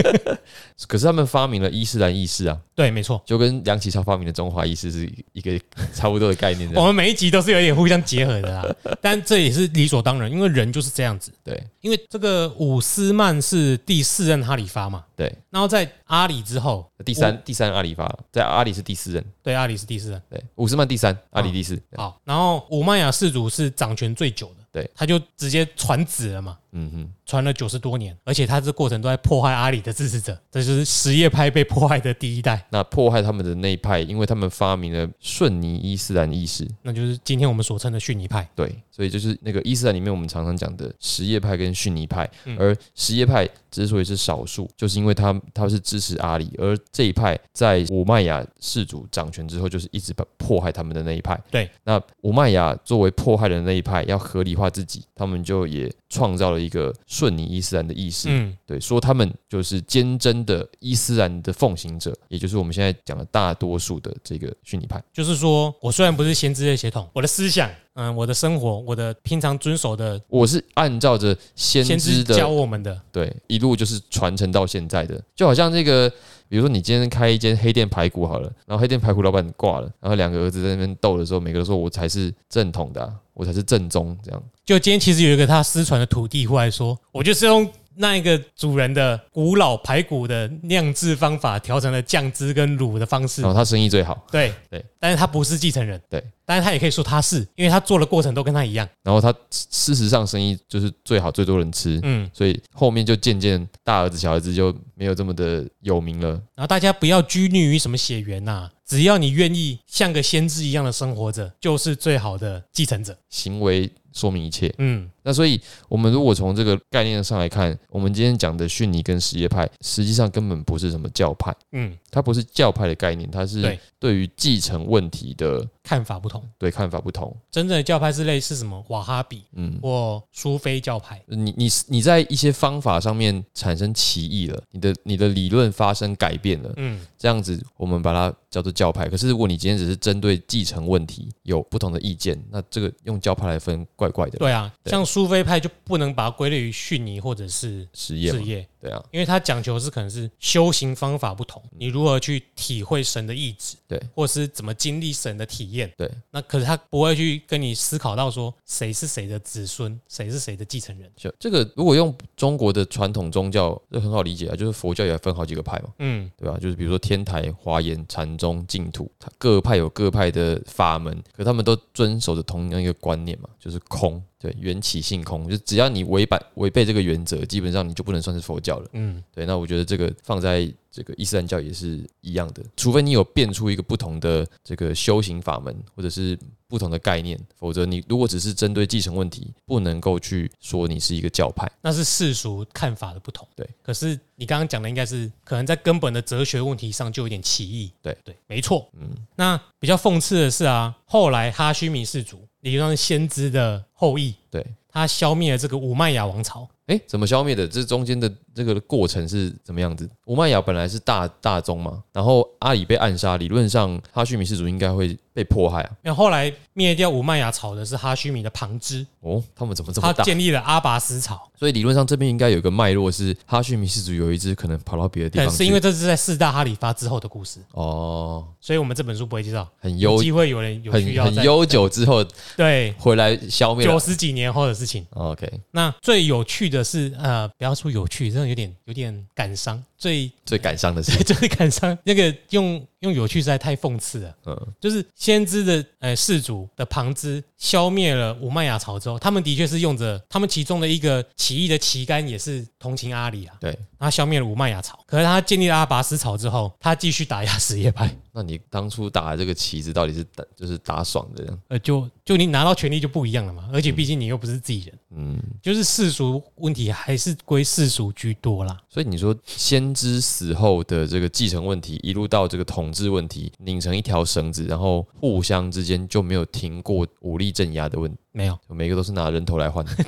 Speaker 2: 但是可是他们发明了伊斯兰意识啊，
Speaker 1: 对，没错，
Speaker 2: 就跟梁启超发明的中华意识是一个差不多的概念
Speaker 1: 我
Speaker 2: 的。
Speaker 1: 们每一集都是有点互相结合的 啦，但这也是理所当然，因为人就是这样子。
Speaker 2: 对
Speaker 1: 因为这个伍斯曼是第四任哈里发嘛，
Speaker 2: 对，
Speaker 1: 然后在阿里之后，
Speaker 2: 第三第三阿里发，在阿里是第四任，
Speaker 1: 对阿里是第四任。
Speaker 2: 对，伍斯曼第
Speaker 1: 哦
Speaker 2: 三，阿里第四。对
Speaker 1: 好，然后五曼雅氏族是掌权最久的，
Speaker 2: 对，
Speaker 1: 他就直接传子了嘛，
Speaker 2: 嗯哼，
Speaker 1: 传了九十多年，而且他这过程都在迫害阿里的支持者，这就是什叶派被迫害的第一代，
Speaker 2: 那迫害他们的那一派，因为他们发明了顺尼伊斯兰意识，
Speaker 1: 那就是今天我们所称的逊尼派。
Speaker 2: 对，所以就是那个伊斯兰里面我们常常讲的什叶派跟逊尼派，
Speaker 1: 嗯
Speaker 2: 而什叶派之所以是少数，就是因为他他是支持阿里，而这一派在武麦亚氏族掌权之后，就是一直把迫害他们的那一派。
Speaker 1: 对，
Speaker 2: 那武麦亚作为迫害的那一派，要合理化自己，他们就也创造了一个顺尼伊斯兰的意识，
Speaker 1: 嗯，
Speaker 2: 对，说他们就是坚贞的伊斯兰的奉行者，也就是我们现在讲的大多数的这个逊尼派。
Speaker 1: 就是说我虽然不是先知的血统，我的思想，嗯，我的生活，我的平常遵守的
Speaker 2: 我是按照着先
Speaker 1: 先
Speaker 2: 知
Speaker 1: 知
Speaker 2: 的
Speaker 1: 教我们的，
Speaker 2: 对，一路就是传承到现在的，就好像这个，比如说你今天开一间黑店排骨好了，然后黑店排骨老板挂了，然后两个儿子在那边斗的时候，每个都说我才是正统的啊、我才是正宗，这样
Speaker 1: 就今天其实有一个他失传的土地，后来说，我就是用那一个主人的古老排骨的酿制方法调成了酱汁跟卤的方式
Speaker 2: 然，后他生意最好，
Speaker 1: 对
Speaker 2: 对，
Speaker 1: 但是他不是继承人，
Speaker 2: 对，
Speaker 1: 但是他也可以说他是，因为他做的过程都跟他一样，
Speaker 2: 然后他事实上生意就是最好，最多人吃。
Speaker 1: 嗯，
Speaker 2: 所以后面就渐渐大儿子小儿子就没有这么的有名了，
Speaker 1: 然后大家不要拘泥于什么血缘呐、啊只要你愿意像个先知一样的生活着，就是最好的继承者，
Speaker 2: 行为说明一切。
Speaker 1: 嗯，
Speaker 2: 那所以，我们如果从这个概念上来看，我们今天讲的逊尼跟什叶派，实际上根本不是什么教派，
Speaker 1: 嗯，
Speaker 2: 它不是教派的概念，它是
Speaker 1: 对
Speaker 2: 对于继承问题的
Speaker 1: 看法不同。
Speaker 2: 对看法不同。
Speaker 1: 真正的教派是类似什么瓦哈比
Speaker 2: 嗯，
Speaker 1: 或苏菲教派，
Speaker 2: 你你你在一些方法上面产生歧义了，你的你的理论发生改变了，
Speaker 1: 嗯，
Speaker 2: 这样子我们把它叫做教派。可是如果你今天只是针对继承问题有不同的意见，那这个用教派来分怪怪的。
Speaker 1: 对啊，
Speaker 2: 对
Speaker 1: 像苏菲派就不能把它归类于逊尼或者是
Speaker 2: 实业
Speaker 1: 事
Speaker 2: 嘛，
Speaker 1: 业，
Speaker 2: 对啊，
Speaker 1: 因为它讲求是可能是修行方法不同，你如何去体会神的意志，
Speaker 2: 嗯对，
Speaker 1: 或是怎么经历神的体验，
Speaker 2: 对。
Speaker 1: 那可是他不会去跟你思考到说谁是谁的子孙，谁是谁的继承人，
Speaker 2: 就这个，如果用中国的传统宗教，这很好理解啊，就是佛教也分好几个派嘛，
Speaker 1: 嗯，
Speaker 2: 对吧？就是比如说天台、华严、禅宗、净土，它各派有各派的法门，可他们都遵守着同样一个观念嘛，就是空，对，缘起性空，就只要你违反违背这个原则，基本上你就不能算是佛教了。
Speaker 1: 嗯，
Speaker 2: 对，那我觉得这个放在这个伊斯兰教也是一样的，除非你有变出一个不同的这个修行法门，或者是不同的概念，否则你如果只是针对继承问题，不能够去说你是一个教派。
Speaker 1: 那是世俗看法的不同，
Speaker 2: 对。
Speaker 1: 可是你刚刚讲的应该是可能在根本的哲学问题上就有点歧义，
Speaker 2: 对
Speaker 1: 对，没错。
Speaker 2: 嗯，
Speaker 1: 那比较讽刺的是啊，后来哈须弥氏族理论上是先知的后裔，
Speaker 2: 对，
Speaker 1: 他消灭了这个武麦亚王朝，
Speaker 2: 哎，怎么消灭的？这中间的这个过程是怎么样子？乌麦雅本来是大大宗嘛，然后阿里被暗杀，理论上哈须弥氏族应该会被迫害啊。
Speaker 1: 那后来灭掉武麦亚朝的是哈须弥的旁支，
Speaker 2: 哦，他们怎么这么
Speaker 1: 他
Speaker 2: 大？
Speaker 1: 建立了阿拔斯朝，
Speaker 2: 所以理论上这边应该有一个脉络是哈须弥氏族有一支可能跑到别的地
Speaker 1: 但
Speaker 2: 方去，
Speaker 1: 哎是因为这是在四大哈里发之后的故事，
Speaker 2: 哦，
Speaker 1: 所以我们这本书不会介绍。
Speaker 2: 很
Speaker 1: 有
Speaker 2: 悠
Speaker 1: 机会有人有需
Speaker 2: 很
Speaker 1: 要
Speaker 2: 很
Speaker 1: 在
Speaker 2: 悠久之后
Speaker 1: 对
Speaker 2: 回来消灭
Speaker 1: 九
Speaker 2: 了。哦
Speaker 1: 十几年后的事情。
Speaker 2: OK，
Speaker 1: 那最有趣的是，呃，不要说有趣，真的有点有点感伤。最，
Speaker 2: 最感伤的是
Speaker 1: 最感伤，那个用用有趣实在太讽刺了。
Speaker 2: 嗯，
Speaker 1: 就是先知的呃氏族的旁支消灭了武麦雅朝之后，他们的确是用着他们其中的一个起义的旗杆也是同情阿里啊，
Speaker 2: 对。
Speaker 1: 他消灭了武麦雅朝，可是他建立了阿拔斯朝之后，他继续打压 什叶派，
Speaker 2: 那你当初打的这个旗子到底是打就是打爽的这样？
Speaker 1: 呃，就嗯就你拿到权力就不一样了嘛，而且毕竟你又不是自己人，
Speaker 2: 嗯，
Speaker 1: 就是世俗问题还是归世俗居多啦。
Speaker 2: 所以你说先知死后的这个继承问题，一路到这个统治问题，拧成一条绳子，然后互相之间就没有停过武力镇压的问题，
Speaker 1: 没有，
Speaker 2: 每个都是拿人头来换的。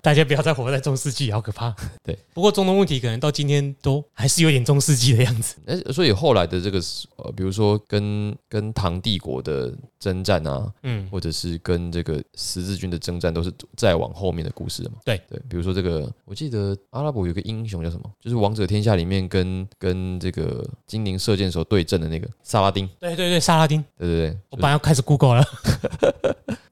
Speaker 1: 大家不要再活在中世纪，好可 怕。
Speaker 2: 对，
Speaker 1: 不过中东问题可能到今天都还是有点中世纪的样子。
Speaker 2: 那所以后来的这个呃，比如说跟跟唐帝国的征战啊，
Speaker 1: 嗯，
Speaker 2: 或者是跟这个十字军的征战，都是再往后面的故事了嘛？
Speaker 1: 对
Speaker 2: 对，比如说这个，我记得阿拉伯有个英雄叫什么，就是《王者天下》里面跟跟这个精灵射箭手对阵的那个萨拉丁，
Speaker 1: 对对对，萨拉丁，
Speaker 2: 对对对，
Speaker 1: 我
Speaker 2: 就
Speaker 1: 本
Speaker 2: 是
Speaker 1: 来要开始 Google 了，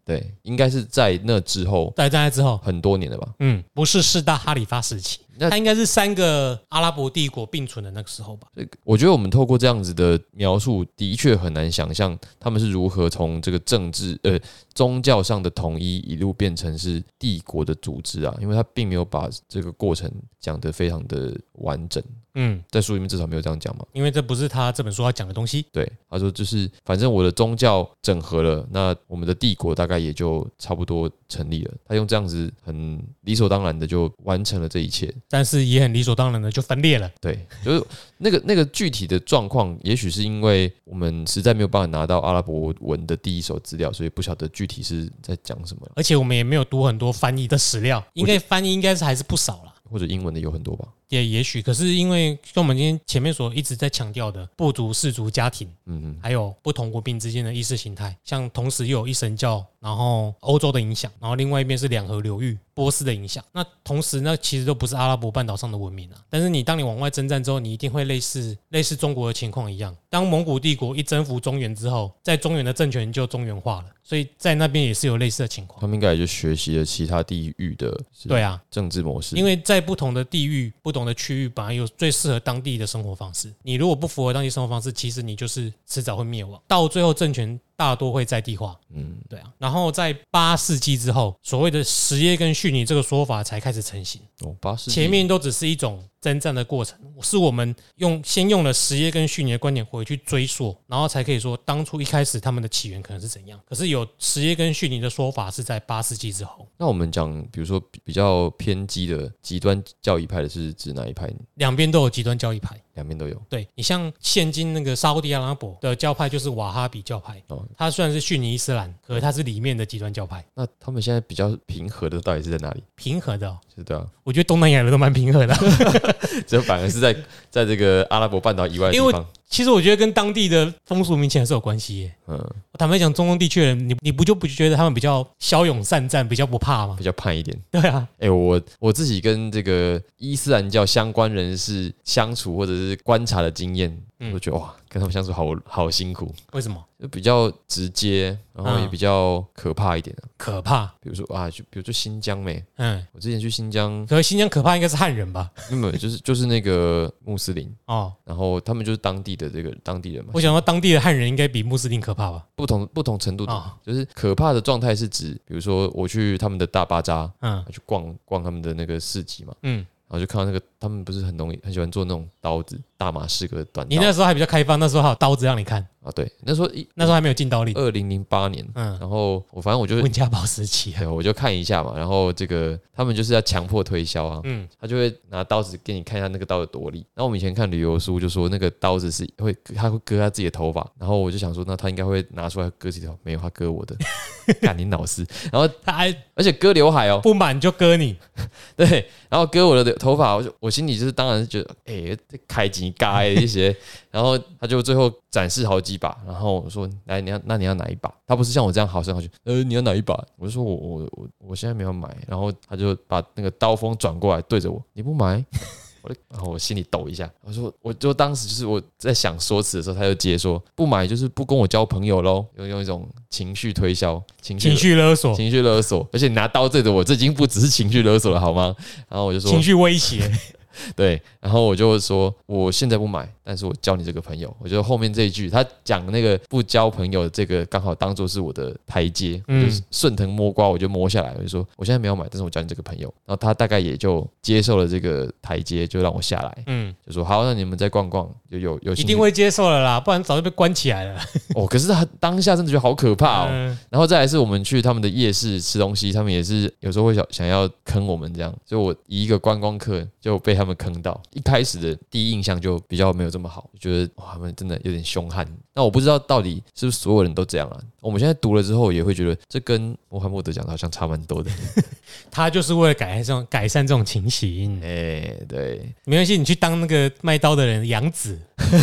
Speaker 2: 对，应该是在那之后
Speaker 1: 大家在之后，
Speaker 2: 很多年了吧？
Speaker 1: 嗯，不是四大哈里发时期，
Speaker 2: 那
Speaker 1: 它应该是三个阿拉伯帝国并存的那个时候吧？
Speaker 2: 这个我觉得我们透过这样子的描述，的确很难想象他们是如何从这个政治呃宗教上的统一一路变成是帝国的组织啊，因为他并没有把这个过程讲得非常的完整，
Speaker 1: 嗯，
Speaker 2: 在书里面至少没有这样讲嘛。
Speaker 1: 因为这不是他这本书要讲的东西。
Speaker 2: 对，他说就是反正我的宗教整合了，那我们的帝国大概也就差不多成立了。他用这样子很理所当然的就完成了这一切。
Speaker 1: 但是也很理所当然的就分裂了。
Speaker 2: 对，就是那个那个具体的状况，也许是因为我们实在没有办法拿到阿拉伯文的第一手资料，所以不晓得具体是在讲什么，
Speaker 1: 而且我们也没有读很多翻译的史料，应该翻译应该是还是不少啦。
Speaker 2: 或者英文的有很多吧。
Speaker 1: 也也许，可是因为像我们今天前面所一直在强调的部族、氏族、家庭，
Speaker 2: 嗯嗯，
Speaker 1: 还有不同国民之间的意识形态，像同时又有一神教，然后欧洲的影响，然后另外一边是两河流域波斯的影响。那同时呢，其实都不是阿拉伯半岛上的文明啊。但是你当你往外征战之后，你一定会类似类似中国的情况一样，当蒙古帝国一征服中原之后，在中原的政权就中原化了，所以在那边也是有类似的情况
Speaker 2: 他。们应该也就学习了其他地域的
Speaker 1: 对啊，
Speaker 2: 政治模式，
Speaker 1: 因为在不同的地域、不同的区域，本来有最适合当地的生活方式。你如果不符合当地生活方式，其实你就是迟早会灭亡。到最后，政权大多会在地化。
Speaker 2: 嗯，
Speaker 1: 对啊。然后在八世纪之后，所谓的实业跟虚拟这个说法才开始成型。
Speaker 2: 哦，巴士
Speaker 1: 前面都只是一种征战的过程，是我们用先用了实业跟虚拟的观点回去追溯，然后才可以说当初一开始他们的起源可能是怎样。可是有实业跟虚拟的说法是在八世纪之后，
Speaker 2: 那我们讲，比如说比比较偏激的极端教义派的是指哪一派？
Speaker 1: 两边都有极端教义派。
Speaker 2: 两边都有
Speaker 1: 对你像现今那个沙烏地阿拉伯的教派就是瓦哈比教派，
Speaker 2: 哦。
Speaker 1: 它虽然是逊尼伊斯兰，可是它是里面的极端教派，
Speaker 2: 那他们现在比较平和的到底是在哪里？
Speaker 1: 平和的、哦。
Speaker 2: 是对啊，
Speaker 1: 我觉得东南亚人都蛮平和的，
Speaker 2: 这反而是在在这个阿拉伯半岛以外的
Speaker 1: 因
Speaker 2: 地
Speaker 1: 为
Speaker 2: 方。
Speaker 1: 其实我觉得跟当地的风俗民情还是有关系耶。
Speaker 2: 嗯，
Speaker 1: 我坦白讲，中东地区的人，你你不就不觉得他们比较骁勇善战，比较不怕吗
Speaker 2: 比？较叛一点。
Speaker 1: 对啊，
Speaker 2: 哎、我我自己跟这个伊斯兰教相关人士相处或者是观察的经验，
Speaker 1: 嗯
Speaker 2: 我觉得哇，跟他们相处好好辛苦，
Speaker 1: 为什么？
Speaker 2: 就比较直接，然后也
Speaker 1: 嗯
Speaker 2: 比较可怕一点、啊、
Speaker 1: 可怕。
Speaker 2: 比如说啊，就比如就新疆没，
Speaker 1: 嗯，
Speaker 2: 我之前去新疆，
Speaker 1: 可是新疆可怕应该是汉人吧？
Speaker 2: 没有没有，就是就是那个穆斯林，
Speaker 1: 哦，
Speaker 2: 然后他们就是当地的这个当地人嘛
Speaker 1: 我，想说当地的汉人应该比穆斯林可怕吧？
Speaker 2: 不同不同程度的，
Speaker 1: 啊、
Speaker 2: 就是可怕的状态是指，比如说我去他们的大巴扎
Speaker 1: 嗯
Speaker 2: 去逛逛他们的那个市集嘛，
Speaker 1: 嗯，
Speaker 2: 然后就看到那个他们不是很容易很喜欢做那种刀子大马士革短
Speaker 1: 你
Speaker 2: 刀
Speaker 1: 那时候还比较开放，那时候还有刀子让你看，
Speaker 2: 啊，对，那时候一
Speaker 1: 那时候还没有禁刀令。
Speaker 2: 二零零八年，
Speaker 1: 嗯，
Speaker 2: 然后我反正我就
Speaker 1: 温家宝时期啊。
Speaker 2: 哎呦我就看一下嘛，然后这个他们就是要强迫推销啊，
Speaker 1: 嗯，
Speaker 2: 他就会拿刀子给你看一下那个刀有多利。然后我们以前看旅游书就说那个刀子是会他会割他自己的头发，然后我就想说那他应该会拿出来割自己的头，没有他割 我的，干你老师，
Speaker 1: 他还
Speaker 2: 而且割刘海哦，
Speaker 1: 不满就割你，
Speaker 2: 对，然后割我的头发，我就我心里就是当然是觉得，哎、这开几嘎欸一些，然后他就最后展示好几把，然后我说，来，你要那你要哪一把？他不是像我这样好声好气，呃，你要哪一把？我就说我我我我现在没有买，然后他就把那个刀锋转过来对着我，你不买？ 我就然后我心里抖一下，我说，我就当时就是我在想说辞的时候，他就接说不买就是不跟我交朋友喽，用用一种情绪推销、情绪
Speaker 1: 情绪勒索、
Speaker 2: 嗯情绪勒索，而且你拿刀对着我，这已经不只是情绪勒索了，好吗？然后我就说
Speaker 1: 情，绪威胁，
Speaker 2: 对，然后我就说，我现在不买，但是我交你这个朋友。我觉得后面这一句，他讲那个不交朋友的这个，刚好当做是我的台阶，
Speaker 1: 嗯
Speaker 2: 我就顺藤摸瓜，我就摸下来，我就说，我现在没有买，但是我交你这个朋友。然后他大概也就接受了这个台阶，就让我下来，
Speaker 1: 嗯，
Speaker 2: 就说好，那你们再逛逛，就有有
Speaker 1: 一
Speaker 2: 兴趣
Speaker 1: 定会接受了啦，不然早就被关起来了。
Speaker 2: 哦。可是他当下真的觉得好可怕哦。
Speaker 1: 嗯，
Speaker 2: 然后再来是我们去他们的夜市吃东西，他们也是有时候会想想要坑我们这样，所以我以一个观光客就被他们坑到，一开始的第一印象就比较没有这么好，就觉得哇他们真的有点凶悍。那我不知道到底是不是所有人都这样啊？我们现在读了之后也会觉得这跟穆罕默德讲的好像差蛮多的。
Speaker 1: 他就是为了改善这种改善这种情形。
Speaker 2: 哎、对
Speaker 1: 没关系，你去当那个卖刀的人养 子，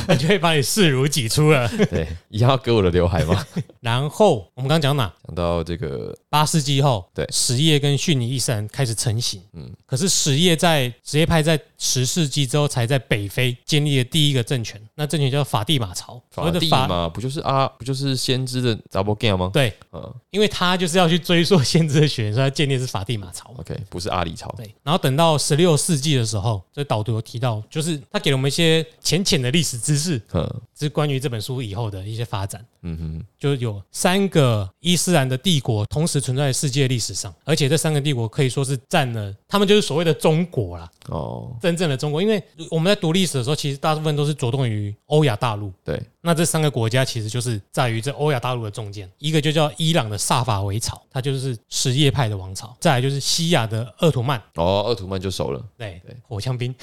Speaker 1: 他就会把你视如己出了。
Speaker 2: 对，一样要割我的刘海吗？
Speaker 1: 然后我们刚刚讲哪？
Speaker 2: 讲到这个
Speaker 1: 八世纪后，
Speaker 2: 对
Speaker 1: 什叶跟逊尼伊斯兰开始成型。
Speaker 2: 嗯
Speaker 1: 嗯，可是什叶在什叶派在十世纪之后才在北非建立了第一个政权，那政权叫法蒂玛朝。所
Speaker 2: 法
Speaker 1: 谓的
Speaker 2: 蒂
Speaker 1: 法，
Speaker 2: 嘛，不就是啊，不就是先知的 Double Gang 吗？
Speaker 1: 对，
Speaker 2: 嗯
Speaker 1: 因为他就是要去追溯先知的血缘，所以他建立的是法蒂玛朝。
Speaker 2: ，OK，不是阿里朝，
Speaker 1: 对，然后等到十六世纪的时候，这导读有提到，就是他给了我们一些浅浅的历史知识，
Speaker 2: 嗯
Speaker 1: 是关于这本书以后的一些发展。
Speaker 2: 嗯哼，
Speaker 1: 就有三个伊斯兰的帝国同时存在世界历史上，而且这三个帝国可以说是占了，他们就是所谓的中国啦，
Speaker 2: 哦，
Speaker 1: 真正的中国。因为我们在读历史的时候，其实大部分都是着重于欧亚大陆。
Speaker 2: 对，
Speaker 1: 那这三个国家其实就是在于这欧亚大陆的中间，一个就叫伊朗的萨法维朝，它就是什叶派的王朝；再来就是西亚的鄂图曼，
Speaker 2: 哦，奥图曼就熟了，
Speaker 1: 对
Speaker 2: 对，
Speaker 1: 火枪 兵。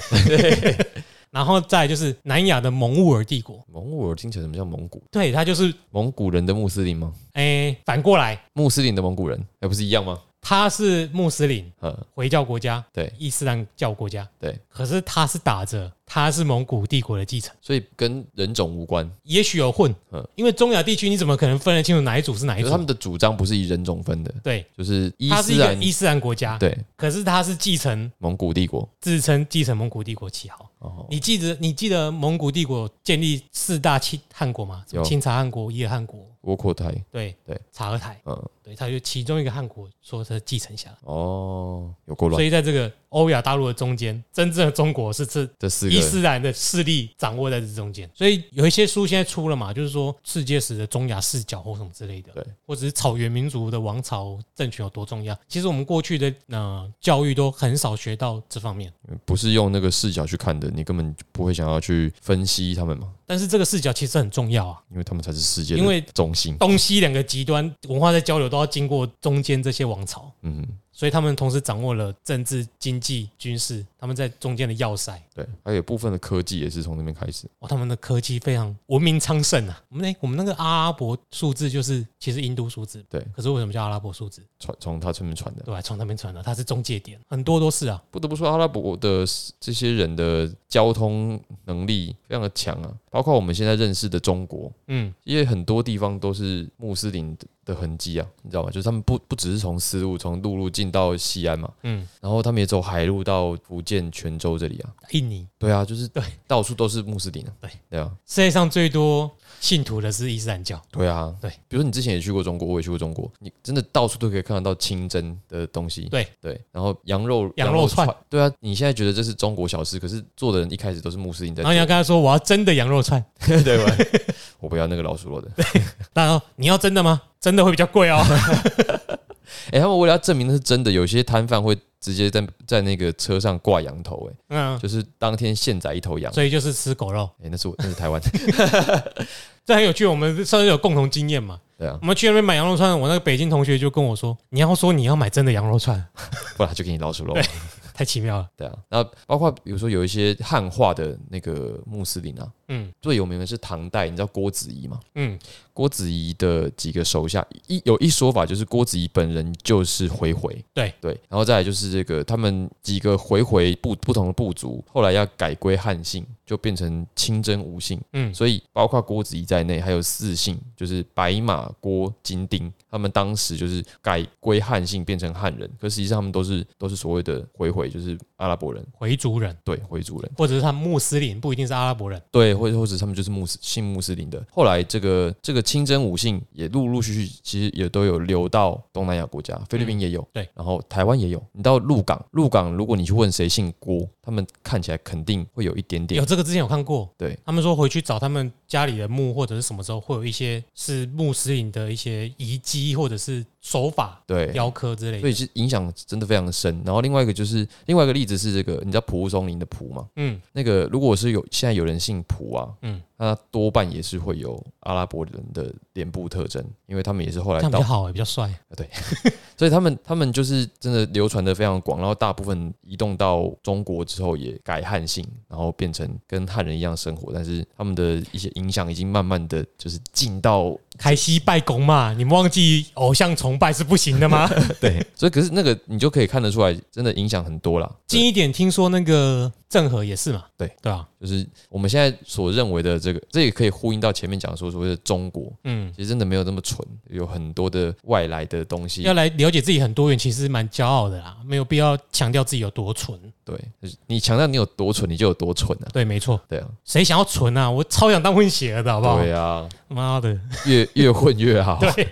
Speaker 1: 然后再来就是南亚的蒙兀儿帝国，
Speaker 2: 蒙古尔听起来怎么像蒙古？
Speaker 1: 对，它就是
Speaker 2: 蒙古人的穆斯林吗？
Speaker 1: 诶、反过来，
Speaker 2: 穆斯林的蒙古人，哎，不是一样吗？
Speaker 1: 它是穆斯林
Speaker 2: 嗯，
Speaker 1: 回教国家，
Speaker 2: 对
Speaker 1: 伊斯兰教国家，
Speaker 2: 对，
Speaker 1: 可是他是打着他是蒙古帝国的继承，
Speaker 2: 所以跟人种无关，
Speaker 1: 也许有混
Speaker 2: 嗯，
Speaker 1: 因为中亚地区你怎么可能分得清楚哪一组是哪
Speaker 2: 可
Speaker 1: 一
Speaker 2: 是他们
Speaker 1: 组？
Speaker 2: 的主张不是以人种分的，
Speaker 1: 对，
Speaker 2: 就是伊
Speaker 1: 它是一
Speaker 2: 斯
Speaker 1: 个
Speaker 2: 兰
Speaker 1: 伊斯兰国家，
Speaker 2: 对
Speaker 1: 可是它是继承
Speaker 2: 蒙古帝国。
Speaker 1: 自称继承蒙古帝国旗号。
Speaker 2: 哦，
Speaker 1: 你记得你记得蒙古帝国建立四大清汗国吗？什么
Speaker 2: 有
Speaker 1: 清察汗国、伊尔汗国，
Speaker 2: 窝阔台，
Speaker 1: 对
Speaker 2: 对，
Speaker 1: 察合台，
Speaker 2: 嗯，
Speaker 1: 对，他就其中一个汗国说是继承下来。
Speaker 2: 哦，有够
Speaker 1: 所
Speaker 2: 乱，
Speaker 1: 以在这个欧亚大陆的中间，真正的中国是这
Speaker 2: 这四
Speaker 1: 伊
Speaker 2: 个
Speaker 1: 斯兰的势力掌握在这中间，所以有一些书现在出了嘛，就是说世界史的中亚视角或什么之类的，
Speaker 2: 对，
Speaker 1: 或者是草原民族的王朝政权有多重要。其实我们过去的呃教育都很少学到这方面，
Speaker 2: 不是用那个视角去看的，你根本就不会想要去分析他们嘛，
Speaker 1: 但是这个视角其实很重要啊，
Speaker 2: 因为他们才是世界
Speaker 1: 因为
Speaker 2: 的中心。
Speaker 1: 东西两个极端文化在交流都要经过中间这些王朝，
Speaker 2: 嗯，
Speaker 1: 所以他们同时掌握了政治、经济、军事，他们在中间的要塞。
Speaker 2: 对，还有部分的科技也是从那边开始。
Speaker 1: 哇，他们的科技非常文明昌盛啊！我们那我们那个阿拉伯数字就是其实印度数字，
Speaker 2: 对
Speaker 1: 可是为什么叫阿拉伯数字？
Speaker 2: 传从他这边传的，
Speaker 1: 对吧？从那边传的，啊它是中介点，很多都是啊。
Speaker 2: 不得不说，阿拉伯的这些人的交通能力非常的强啊，包括我们现在认识的中国，
Speaker 1: 嗯，
Speaker 2: 因为很多地方都是穆斯林的痕迹啊，你知道吗？就是他们不不只是从丝路、从陆路进到西安嘛，
Speaker 1: 嗯，
Speaker 2: 然后他们也走海路到福建泉州这里啊，
Speaker 1: 印尼
Speaker 2: 对啊，就是
Speaker 1: 对
Speaker 2: 到处都是穆斯林啊，
Speaker 1: 对
Speaker 2: 对啊，
Speaker 1: 世界上最多信徒的是伊斯兰教，
Speaker 2: 对啊，
Speaker 1: 对，
Speaker 2: 比如说你之前也去过中国，我也去过中国，你真的到处都可以看得到清真的东西，
Speaker 1: 对
Speaker 2: 对，然后羊肉
Speaker 1: 羊肉串，
Speaker 2: 对啊，你现在觉得这是中国小吃，可是做的人一开始都是穆斯林在
Speaker 1: 然后你要
Speaker 2: 做，
Speaker 1: 跟他说我要真的羊肉串，
Speaker 2: 对吧？我不要那个老鼠肉的，
Speaker 1: 然后你要真的吗？真的会比较贵 哦。
Speaker 2: 哎、他们为了要证明那是真的，有些摊贩会直接在在那个车上挂羊头、诶，
Speaker 1: 嗯，
Speaker 2: 就是当天现宰一头羊。
Speaker 1: 所以就是吃狗肉，
Speaker 2: 哎、那是我，那是台湾，
Speaker 1: 这很有趣。我们算是有共同经验嘛。
Speaker 2: 对啊，
Speaker 1: 我们去那边买羊肉串，我那个北京同学就跟我说，你要说你要买真的羊肉串，
Speaker 2: 不然他就给你老鼠肉。
Speaker 1: 对太奇妙了。
Speaker 2: 对啊，那包括比如说有一些汉化的那个穆斯林啊，
Speaker 1: 嗯
Speaker 2: 最有名的是唐代，你知道郭子仪吗？
Speaker 1: 嗯，
Speaker 2: 郭子仪的几个手下，一有一说法就是郭子仪本人就是回回，
Speaker 1: 对
Speaker 2: 对，然后再来就是这个他们几个回回部不同的部族，后来要改归汉姓，就变成清真无姓，
Speaker 1: 嗯
Speaker 2: 所以包括郭子仪在内，还有四姓，就是白马、郭、金丁，他们当时就是改归汉姓，变成汉人，可实际上他们都是都是所谓的回回，就是阿拉伯人，
Speaker 1: 回族人
Speaker 2: 对，回族人。
Speaker 1: 或者是他们穆斯林，不一定是阿拉伯人。
Speaker 2: 对，或者或者他们就是穆斯信穆斯林的。后来这个这个清真五姓也陆陆续续，其实也都有流到东南亚国家，菲律宾也有，
Speaker 1: 对，
Speaker 2: 然后台湾也有。你到鹿港，鹿港如果你去问谁姓郭，他们看起来肯定会有一点
Speaker 1: 有
Speaker 2: 点，
Speaker 1: 这个之前有看过，
Speaker 2: 对
Speaker 1: 他们说回去找他们家里的墓或者是什么时候会有一些是穆斯林的一些遗迹或者是手法
Speaker 2: 对。
Speaker 1: 雕刻之类
Speaker 2: 所
Speaker 1: 的。
Speaker 2: 以是影响真的非常的深。然后另外一个就是另外一个例子是这个，你知道蒲松龄的蒲吗？
Speaker 1: 嗯，
Speaker 2: 那个如果是有现在有人姓蒲啊，
Speaker 1: 嗯
Speaker 2: 嗯，那多半也是会有阿拉伯人的脸部特征，因为他们也是后
Speaker 1: 这
Speaker 2: 来
Speaker 1: 样比
Speaker 2: 到
Speaker 1: 较好、欸，比较帅。
Speaker 2: 所以他们他们就是真的流传的非常广，然后大部分移动到中国之后也改汉姓，然后 变成跟汉人一样生活，但是他们的一些影响已经慢慢的就是进到
Speaker 1: 开西拜公嘛，你们忘记偶像崇拜是不行的 吗？
Speaker 2: 对，所以可是那个你就可以看得出来，真的影响很多啦。
Speaker 1: 近一点，听说那个郑和也是嘛，
Speaker 2: 对
Speaker 1: 对吧？
Speaker 2: 就是我们现在所认为的这个，这也可以呼应到前面讲说所谓的中国，
Speaker 1: 嗯，
Speaker 2: 其实真的没有那么蠢，有很多的外来的东西
Speaker 1: 要。来了解自己很多元，其实蛮骄傲的啦，没有必要强调自己有多蠢。
Speaker 2: 对，就是你强调你有多蠢，你就有多蠢啊。
Speaker 1: 对，没错，
Speaker 2: 对啊，
Speaker 1: 谁想要蠢啊？我超想当混血儿的，好不好？
Speaker 2: 对啊，
Speaker 1: 妈的，
Speaker 2: 越越混 越好。
Speaker 1: 对。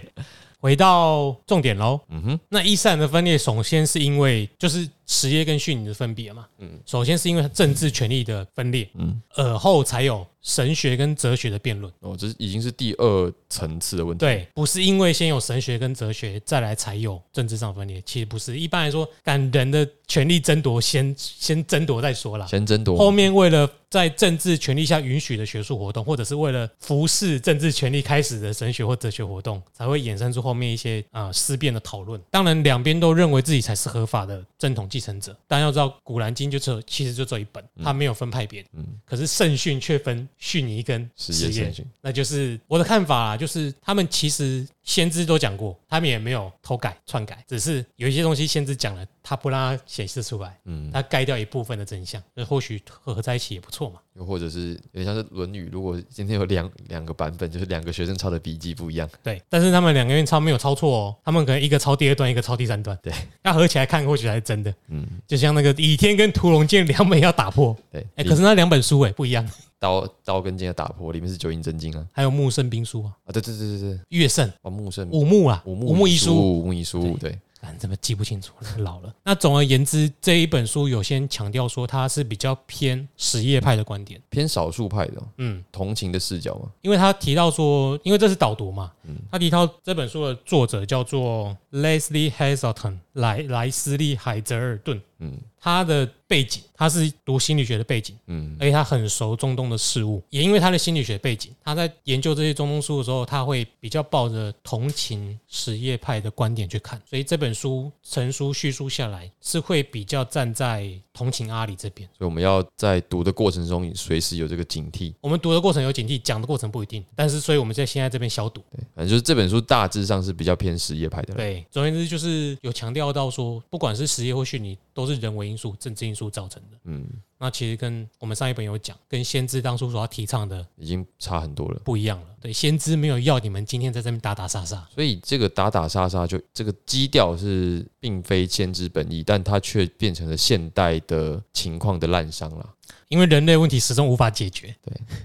Speaker 1: 回到重点喽，
Speaker 2: 嗯哼，
Speaker 1: 那伊斯兰的分裂，首先是因为就是实业跟虚拟的分别嘛，嗯，首先是因为政治权力的分裂，
Speaker 2: 嗯，
Speaker 1: 而后才有神学跟哲学的辩论。
Speaker 2: 哦，这已经是第二层次的问题。
Speaker 1: 对，不是因为先有神学跟哲学，再来才有政治上分裂，其实不是。一般来说，但人的权力争夺先先争夺再说啦。
Speaker 2: 先争
Speaker 1: 后
Speaker 2: 夺，
Speaker 1: 面为了在政治权力下允许的学术活动，或者是为了服侍政治权力开始的神学或哲学活动，才会衍生出后面一些啊、呃思辨的讨论。当然，两边都认为自己才是合法的正统继承者。但要知道，《古兰经》就只有其实就这一本，它没有分派别。
Speaker 2: 嗯
Speaker 1: 可是圣训却分逊尼跟
Speaker 2: 实
Speaker 1: 什
Speaker 2: 业
Speaker 1: 叶
Speaker 2: 圣训，
Speaker 1: 那就是我的看法啦，就是他们其实先知都讲过，他们也没有偷改篡改，只是有一些东西先知讲了，他不让它显示出来，
Speaker 2: 嗯，
Speaker 1: 他盖掉一部分的真相，那或许合在一起也不错嘛。
Speaker 2: 又或者是有点像是《论语》，如果今天有两两个版本，就是两个学生抄的笔记不一样，
Speaker 1: 对，但是他们两个人抄没有抄错哦，他们可能一个抄第二段，一个抄第三段，
Speaker 2: 对，
Speaker 1: 要合起来看，或许才是真的。
Speaker 2: 嗯，
Speaker 1: 就像那个《倚天》跟《屠龙剑》两本要打破，
Speaker 2: 对，
Speaker 1: 哎、可是那两本书哎、不一样，
Speaker 2: 刀刀跟剑的打破，里面是九阴真经啊，
Speaker 1: 还有《木圣兵书》啊，
Speaker 2: 啊，对对对对对，
Speaker 1: 《月圣》。
Speaker 2: 哦，木圣
Speaker 1: 五木啊，
Speaker 2: 五
Speaker 1: 木
Speaker 2: 木
Speaker 1: 遗
Speaker 2: 遗
Speaker 1: 书，
Speaker 2: 书，五木遗书，对，
Speaker 1: 啊，怎么记不清楚了，老了。那总而言之，这一本书有先强调说它是比较偏实业派的观点，
Speaker 2: 偏少数派的哦
Speaker 1: 嗯，
Speaker 2: 同情的视角嘛，
Speaker 1: 因为他提到说，因为这是导读嘛，
Speaker 2: 嗯
Speaker 1: 他提到这本书的作者叫做 Leslie Hazelton 莱莱斯利海泽尔顿，
Speaker 2: 嗯
Speaker 1: 他的背景他是读心理学的背景，
Speaker 2: 嗯
Speaker 1: 而且他很熟中东的事物，也因为他的心理学背景，他在研究这些中东书的时候，他会比较抱着同情什叶派的观点去看，所以这本书成书叙述下来是会比较站在同情阿里这边。
Speaker 2: 所以我们要在读的过程中，随时有这个警惕。
Speaker 1: 我们读的过程有警惕，讲的过程不一定，但是所以我们在现在这边小读。
Speaker 2: 对，反正就是这本书大致上是比较偏实业派的啦。
Speaker 1: 对，总而言之就是有强调到说，不管是实业或虚拟，都是人为因素、政治因素造成的。
Speaker 2: 嗯，
Speaker 1: 那其实跟我们上一本有讲，跟先知当初所要提倡的
Speaker 2: 已经差很多了。
Speaker 1: 不一样了。对，先知没有要你们今天在这边打打杀杀。
Speaker 2: 所以这个打打杀杀就，这个基调是并非先知本意，但它却变成了现代的情况的滥觞啦，
Speaker 1: 因为人类问题始终无法解决，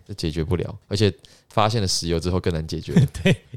Speaker 2: 这解决不了，而且发现了石油之后更难解 决。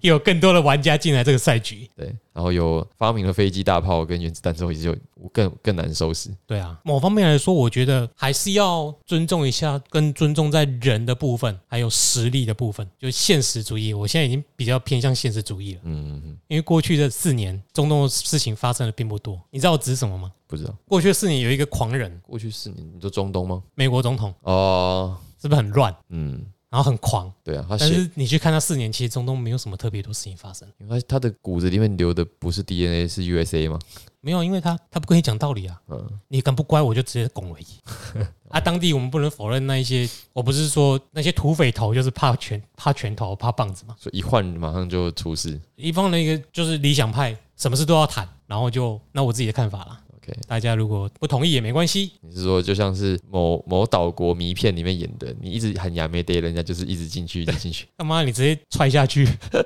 Speaker 1: 又有更多的玩家进来这个赛局。
Speaker 2: 对，然后有发明了飞机、大炮跟原子弹之后，也就更更难收拾。
Speaker 1: 对啊，某方面来说，我觉得还是要尊重一下，跟尊重在人的部分，还有实力的部分，就是现实主义。我现在已经比较偏向现实主义了，
Speaker 2: 嗯，嗯嗯
Speaker 1: 因为过去的四年，中东的事情发生的并不多。你知道我指什么吗？
Speaker 2: 不知道
Speaker 1: 过去的四年有一个狂人，
Speaker 2: 过去四年，你说中东吗？
Speaker 1: 美国总统
Speaker 2: 哦，
Speaker 1: 是不是很乱，
Speaker 2: 嗯，
Speaker 1: 然后很狂？
Speaker 2: 对啊，他
Speaker 1: 但
Speaker 2: 写
Speaker 1: 是你去看他四年，其实中东没有什么特别多事情发生。
Speaker 2: 因为他他的骨子里面流的不是 DNA 是 USA 吗？
Speaker 1: 没有，因为他他不跟你讲道理啊，
Speaker 2: 嗯，
Speaker 1: 你敢不乖，我就直接拱了 你。啊，当地我们不能否认那一些，我不是说那些土匪头就是怕拳怕拳头怕棒子嘛，
Speaker 2: 所以一换马上就出事。
Speaker 1: 一方的一个就是理想派，什么事都要谈，然后就那我自己的看法啦。
Speaker 2: OK，
Speaker 1: 大家如果不同意也没关系，
Speaker 2: 你是说就像是某某岛国迷片里面演的，你一直喊亚美爹，人家就是一直进去，一直进去，
Speaker 1: 干嘛你直接踹下去，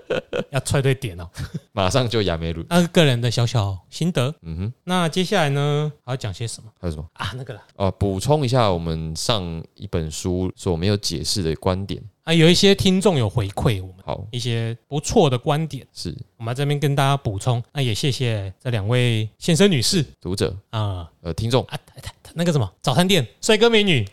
Speaker 1: 要踹对点哦。
Speaker 2: 马上就亚美鲁。
Speaker 1: 那是个人的小小心得。
Speaker 2: 嗯哼，
Speaker 1: 那接下来呢，还要讲些什么
Speaker 2: 还有什么？
Speaker 1: 啊？那个啦，
Speaker 2: 哦、补充一下我们上一本书所没有解释的观点。
Speaker 1: 啊，有一些听众有回馈我们
Speaker 2: 好，
Speaker 1: 一些不错的观点，
Speaker 2: 是
Speaker 1: 我们在这边跟大家补充。那也谢谢这两位先生女士
Speaker 2: 读者
Speaker 1: 啊、
Speaker 2: 呃听众，
Speaker 1: 啊，他他他那个什么早餐店帅哥美女，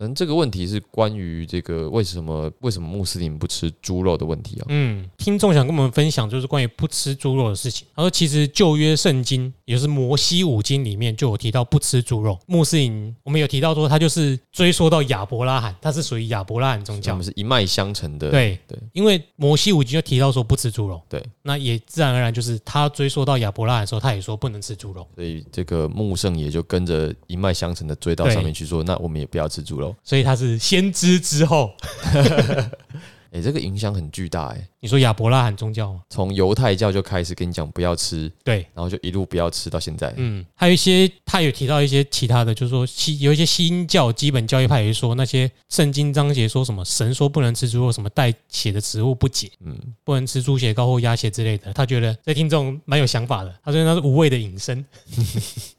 Speaker 2: 嗯，这个问题是关于这个为什么为什么穆斯林不吃猪肉的问题啊？
Speaker 1: 嗯，听众想跟我们分享就是关于不吃猪肉的事情。他说，其实旧约圣经，也就是摩西五经里面就有提到不吃猪肉。穆斯林我们有提到说，他就是追溯到亚伯拉罕，他是属于亚伯拉罕宗
Speaker 2: 我
Speaker 1: 教
Speaker 2: 们。是一脉相承的。，
Speaker 1: 对
Speaker 2: 对
Speaker 1: 因为摩西五经就提到说不吃猪肉，
Speaker 2: 对，
Speaker 1: 那也自然而然就是他追溯到亚伯拉罕的时候，他也说不能吃猪肉，
Speaker 2: 所以这个穆圣也就跟着一脉相承的追到
Speaker 1: 对
Speaker 2: 上面去说，那我们也不要吃猪肉。
Speaker 1: 所以他是先知之后，
Speaker 2: 哎、这个影响很巨大哎、
Speaker 1: 你说亚伯拉罕宗教吗？
Speaker 2: 从犹太教就开始跟你讲不要吃，
Speaker 1: 对，
Speaker 2: 然后就一路不要吃到现在。
Speaker 1: 嗯，还有一些他有提到一些其他的，就是说西有一些新教基本教义派也说那些圣经章节说什么神说不能吃猪肉，什么带血的食物不解，
Speaker 2: 嗯，
Speaker 1: 不能吃猪血糕或鸭血之类的。他觉得这听众蛮有想法的，他说那是无谓的引申。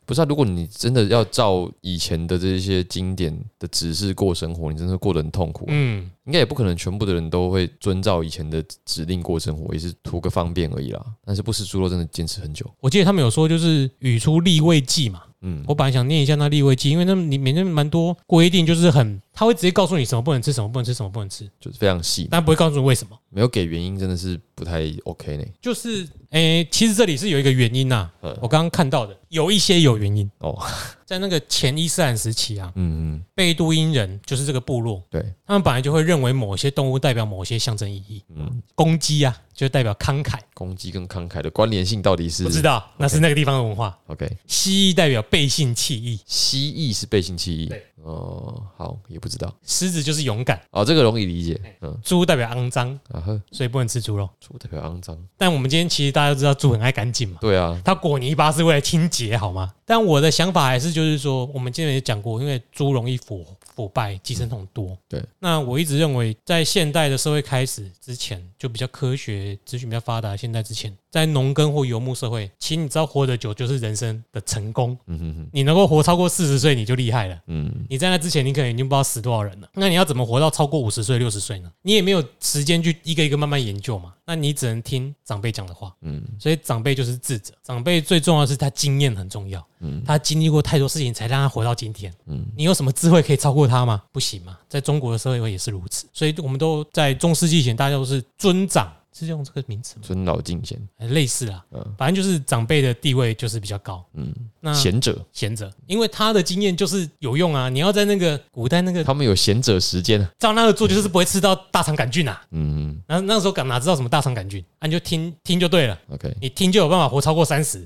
Speaker 2: 不是啊，如果你真的要照以前的这些经典的指示过生活，你真的过得很痛苦。
Speaker 1: 嗯，
Speaker 2: 应该也不可能全部的人都会遵照以前的指令过生活，也是图个方便而已啦。但是不吃猪肉真的坚持很久。
Speaker 1: 我记得他们有说就是语出立位记嘛，
Speaker 2: 嗯，
Speaker 1: 我本来想念一下那立位记，因为那里面蛮多规定，就是很他会直接告诉你什么不能吃，什么不能吃，什么不能吃，
Speaker 2: 就是非常细，
Speaker 1: 但不会告诉你为什么。
Speaker 2: 没有给原因，真的是不太 OK 呢。
Speaker 1: 就是诶、其实这里是有一个原因呐、
Speaker 2: 嗯
Speaker 1: 我刚刚看到的有一些有原因
Speaker 2: 哦，
Speaker 1: 在那个前伊斯兰时期啊，
Speaker 2: 嗯嗯，
Speaker 1: 贝都因人就是这个部落，
Speaker 2: 对，
Speaker 1: 他们本来就会认为某些动物代表某些象征意义，
Speaker 2: 嗯，
Speaker 1: 公鸡啊就代表慷慨，
Speaker 2: 攻击跟慷慨的关联性到底是
Speaker 1: 不知道那是那个地方的文化。
Speaker 2: OK，
Speaker 1: 蜥蜴代表背信弃义，
Speaker 2: 蜥蜴是背信弃义
Speaker 1: 对。
Speaker 2: 哦，好，也不知道。
Speaker 1: 狮子就是勇敢，
Speaker 2: 哦，这个容易理
Speaker 1: 哎
Speaker 2: 解。嗯，
Speaker 1: 猪代表肮脏，
Speaker 2: 啊呵，
Speaker 1: 所以不能吃猪肉。
Speaker 2: 猪代表肮脏。
Speaker 1: 但我们今天其实大家都知道猪很爱干净嘛，
Speaker 2: 对啊，
Speaker 1: 它裹泥巴是为了清洁，好吗？但我的想法还是就是说，我们之前也讲过，因为猪容易腐腐败，寄生虫多。
Speaker 2: 对，
Speaker 1: 那我一直认为，在现代的社会开始之前，就比较科学资讯比较发达，现代之前，在农耕或游牧社会，其实你知道活得久就是人生的成功，
Speaker 2: 嗯哼哼，
Speaker 1: 你能够活超过四十岁你就厉害了。
Speaker 2: 嗯，
Speaker 1: 你在那之前，你可能已经不知道死多少人了。那你要怎么活到超过五十岁、六十岁呢？你也没有时间去一个一个慢慢研究嘛。那你只能听长辈讲的话，
Speaker 2: 嗯
Speaker 1: 嗯。所以长辈就是智者，长辈最重要的是他经验很重要，
Speaker 2: 嗯
Speaker 1: 嗯，他经历过太多事情才让他活到今天，
Speaker 2: 嗯
Speaker 1: 嗯，你有什么智慧可以超过他吗？不行嘛，在中国的社会也是如此。所以我们都在中世纪以前，大家都是尊长，是用这个名词吗？
Speaker 2: 尊老敬贤，
Speaker 1: 哎类似啦，
Speaker 2: 嗯
Speaker 1: 反正就是长辈的地位就是比较高，
Speaker 2: 嗯，
Speaker 1: 那
Speaker 2: 贤者，
Speaker 1: 贤者，因为他的经验就是有用啊。你要在那个古代那个
Speaker 2: 他们有贤者时间啊。
Speaker 1: 照那个做就是不会吃到大肠杆菌啊。
Speaker 2: 嗯
Speaker 1: 然后那个时候敢哪知道什么大肠杆菌啊？你就听听就对了，
Speaker 2: 嗯，OK，
Speaker 1: 你听就有办法活超过三 十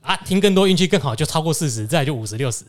Speaker 1: 啊，听更多运气更好就超过四十，再来就五十六十。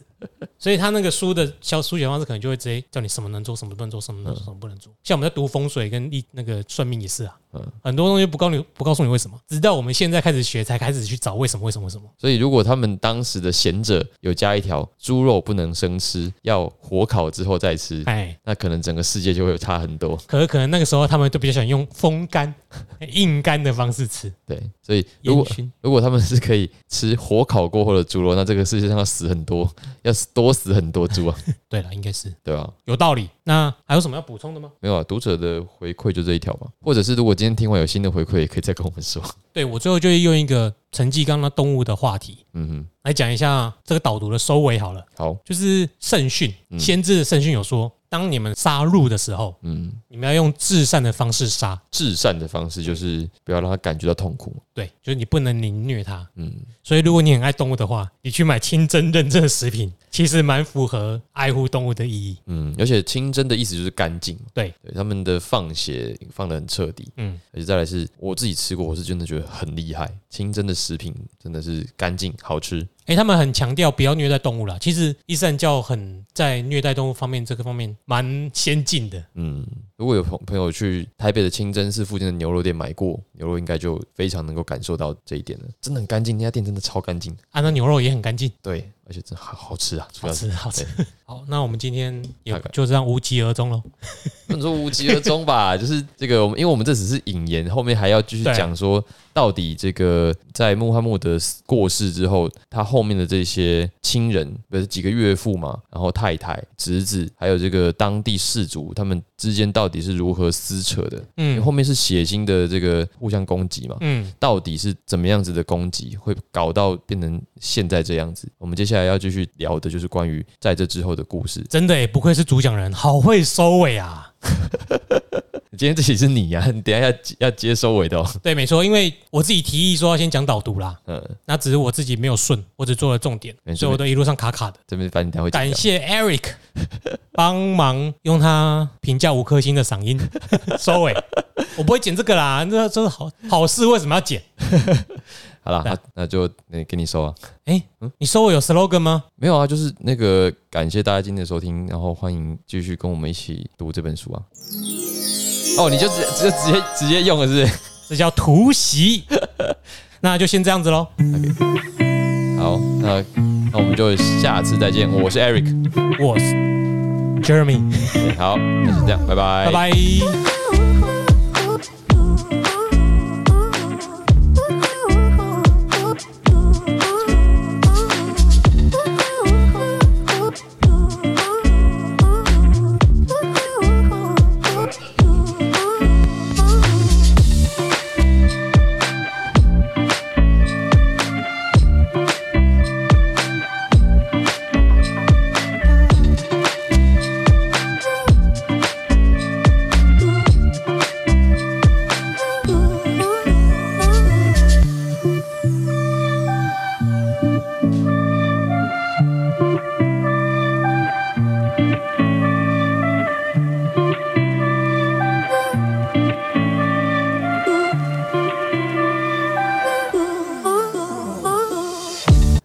Speaker 1: 所以他那个书的消书写方式可能就会直接叫你什么能做，什么不能做，什么能做，
Speaker 2: 嗯
Speaker 1: 什么不能做。像我们在读风水跟易那个算命也是啊
Speaker 2: 嗯，
Speaker 1: 很多东西不告诉你不告诉你为什么，直到我们现在开始学才开始去找为什么为什么为什么。
Speaker 2: 所以，如果他们当时的贤者有加一条“猪肉不能生吃，要火烤之后再吃”，
Speaker 1: 哎，
Speaker 2: 那可能整个世界就会有差很多。
Speaker 1: 可是可能那个时候他们都比较喜欢用风干、 硬干的方式吃，
Speaker 2: 对，所以
Speaker 1: 烟
Speaker 2: 如果
Speaker 1: 熏。
Speaker 2: 如果他们是可以吃火烤过后的猪肉，那这个世界上要死很多， 要死多死很多猪啊，
Speaker 1: 对了，应该是
Speaker 2: 对吧、啊
Speaker 1: 有道理。那还有什么要补充的吗？
Speaker 2: 没有啊，读者的回馈就这一条嘛，或者是如果今天听完有新的回馈，也可以再跟我们说。
Speaker 1: 对我最后就用一个陈继刚那动物的话题
Speaker 2: 嗯
Speaker 1: 来讲一下这个导读的收尾好了，
Speaker 2: 哼，好，
Speaker 1: 就是圣训，
Speaker 2: 嗯
Speaker 1: 先知的圣训有说，当你们杀戮的时候，
Speaker 2: 嗯，
Speaker 1: 你们要用至善的方式杀，
Speaker 2: 至善的方式就是不要让他感觉到痛苦。
Speaker 1: 对，就是你不能凌虐它。
Speaker 2: 嗯，
Speaker 1: 所以如果你很爱动物的话，你去买清真认证的食品，其实蛮符合爱护动物的意义。
Speaker 2: 嗯，而且清真的意思就是干净嘛。
Speaker 1: 对
Speaker 2: 对，他们的放血放得很彻底，
Speaker 1: 嗯，
Speaker 2: 而且再来是我自己吃过，我是真的觉得很厉害。清真的食品真的是干净好吃。
Speaker 1: 诶，他们很强调不要虐待动物啦。其实伊斯兰教很在虐待动物方面这个方面蛮先进的。
Speaker 2: 嗯，如果有朋朋友去台北的清真寺附近的牛肉店买过牛肉，应该就非常能够感受到这一点了。真的很干净，那家店真的超干净。
Speaker 1: 啊，那牛肉也很干净，
Speaker 2: 对，而且真的好好吃啊，主
Speaker 1: 好
Speaker 2: 要是。
Speaker 1: 吃好吃。好，那我们今天也
Speaker 2: 大概
Speaker 1: 就这样无疾而终喽。
Speaker 2: 不能说无疾而终吧，就是这个，我们因为我们这只是引言，后面还要继续
Speaker 1: 对
Speaker 2: 讲说，到底这个在穆罕默德过世之后，他后面的这些亲人，不是几个岳父嘛，然后太太、侄子，还有这个当地氏族，他们之间到底是如何撕扯的？因为
Speaker 1: 嗯
Speaker 2: 后面是血腥的这个互相攻击嘛，
Speaker 1: 嗯，
Speaker 2: 到底是怎么样子的攻击，会搞到变成现在这样子？我们接下来要继续聊的就是关于在这之后的故事。
Speaker 1: 真的耶，不愧是主讲人，好会收尾 啊。
Speaker 2: 今天这集是你呀、你等一下要要接收尾的、哦。
Speaker 1: 对，没错，因为我自己提议说要先讲导读啦，
Speaker 2: 嗯，
Speaker 1: 那只是我自己没有顺，我只做了重点
Speaker 2: 没，事
Speaker 1: 所以我都一路上卡卡的。
Speaker 2: 这边反正他会剪
Speaker 1: 感
Speaker 2: 掉。
Speaker 1: 谢 Eric 帮忙用他评价五颗星的嗓音 收尾，我不会剪这个啦，这这是好好事，为什么要剪？
Speaker 2: 好啦，
Speaker 1: 对
Speaker 2: 那那就那给你收啊。
Speaker 1: 你收尾有 slogan 吗？
Speaker 2: 没有啊，就是那个感谢大家今天的收听，然后欢迎继续跟我们一起读这本书啊。
Speaker 3: 「
Speaker 2: 哦，你就直直直接直接用了是不是？
Speaker 1: 这叫突 袭。那就先这样子喽，
Speaker 2: 好，那那我们就下次再见。我是 Eric，哎
Speaker 1: 我是 Jeremy，
Speaker 2: 对好，那就这样，拜拜，
Speaker 1: 拜拜。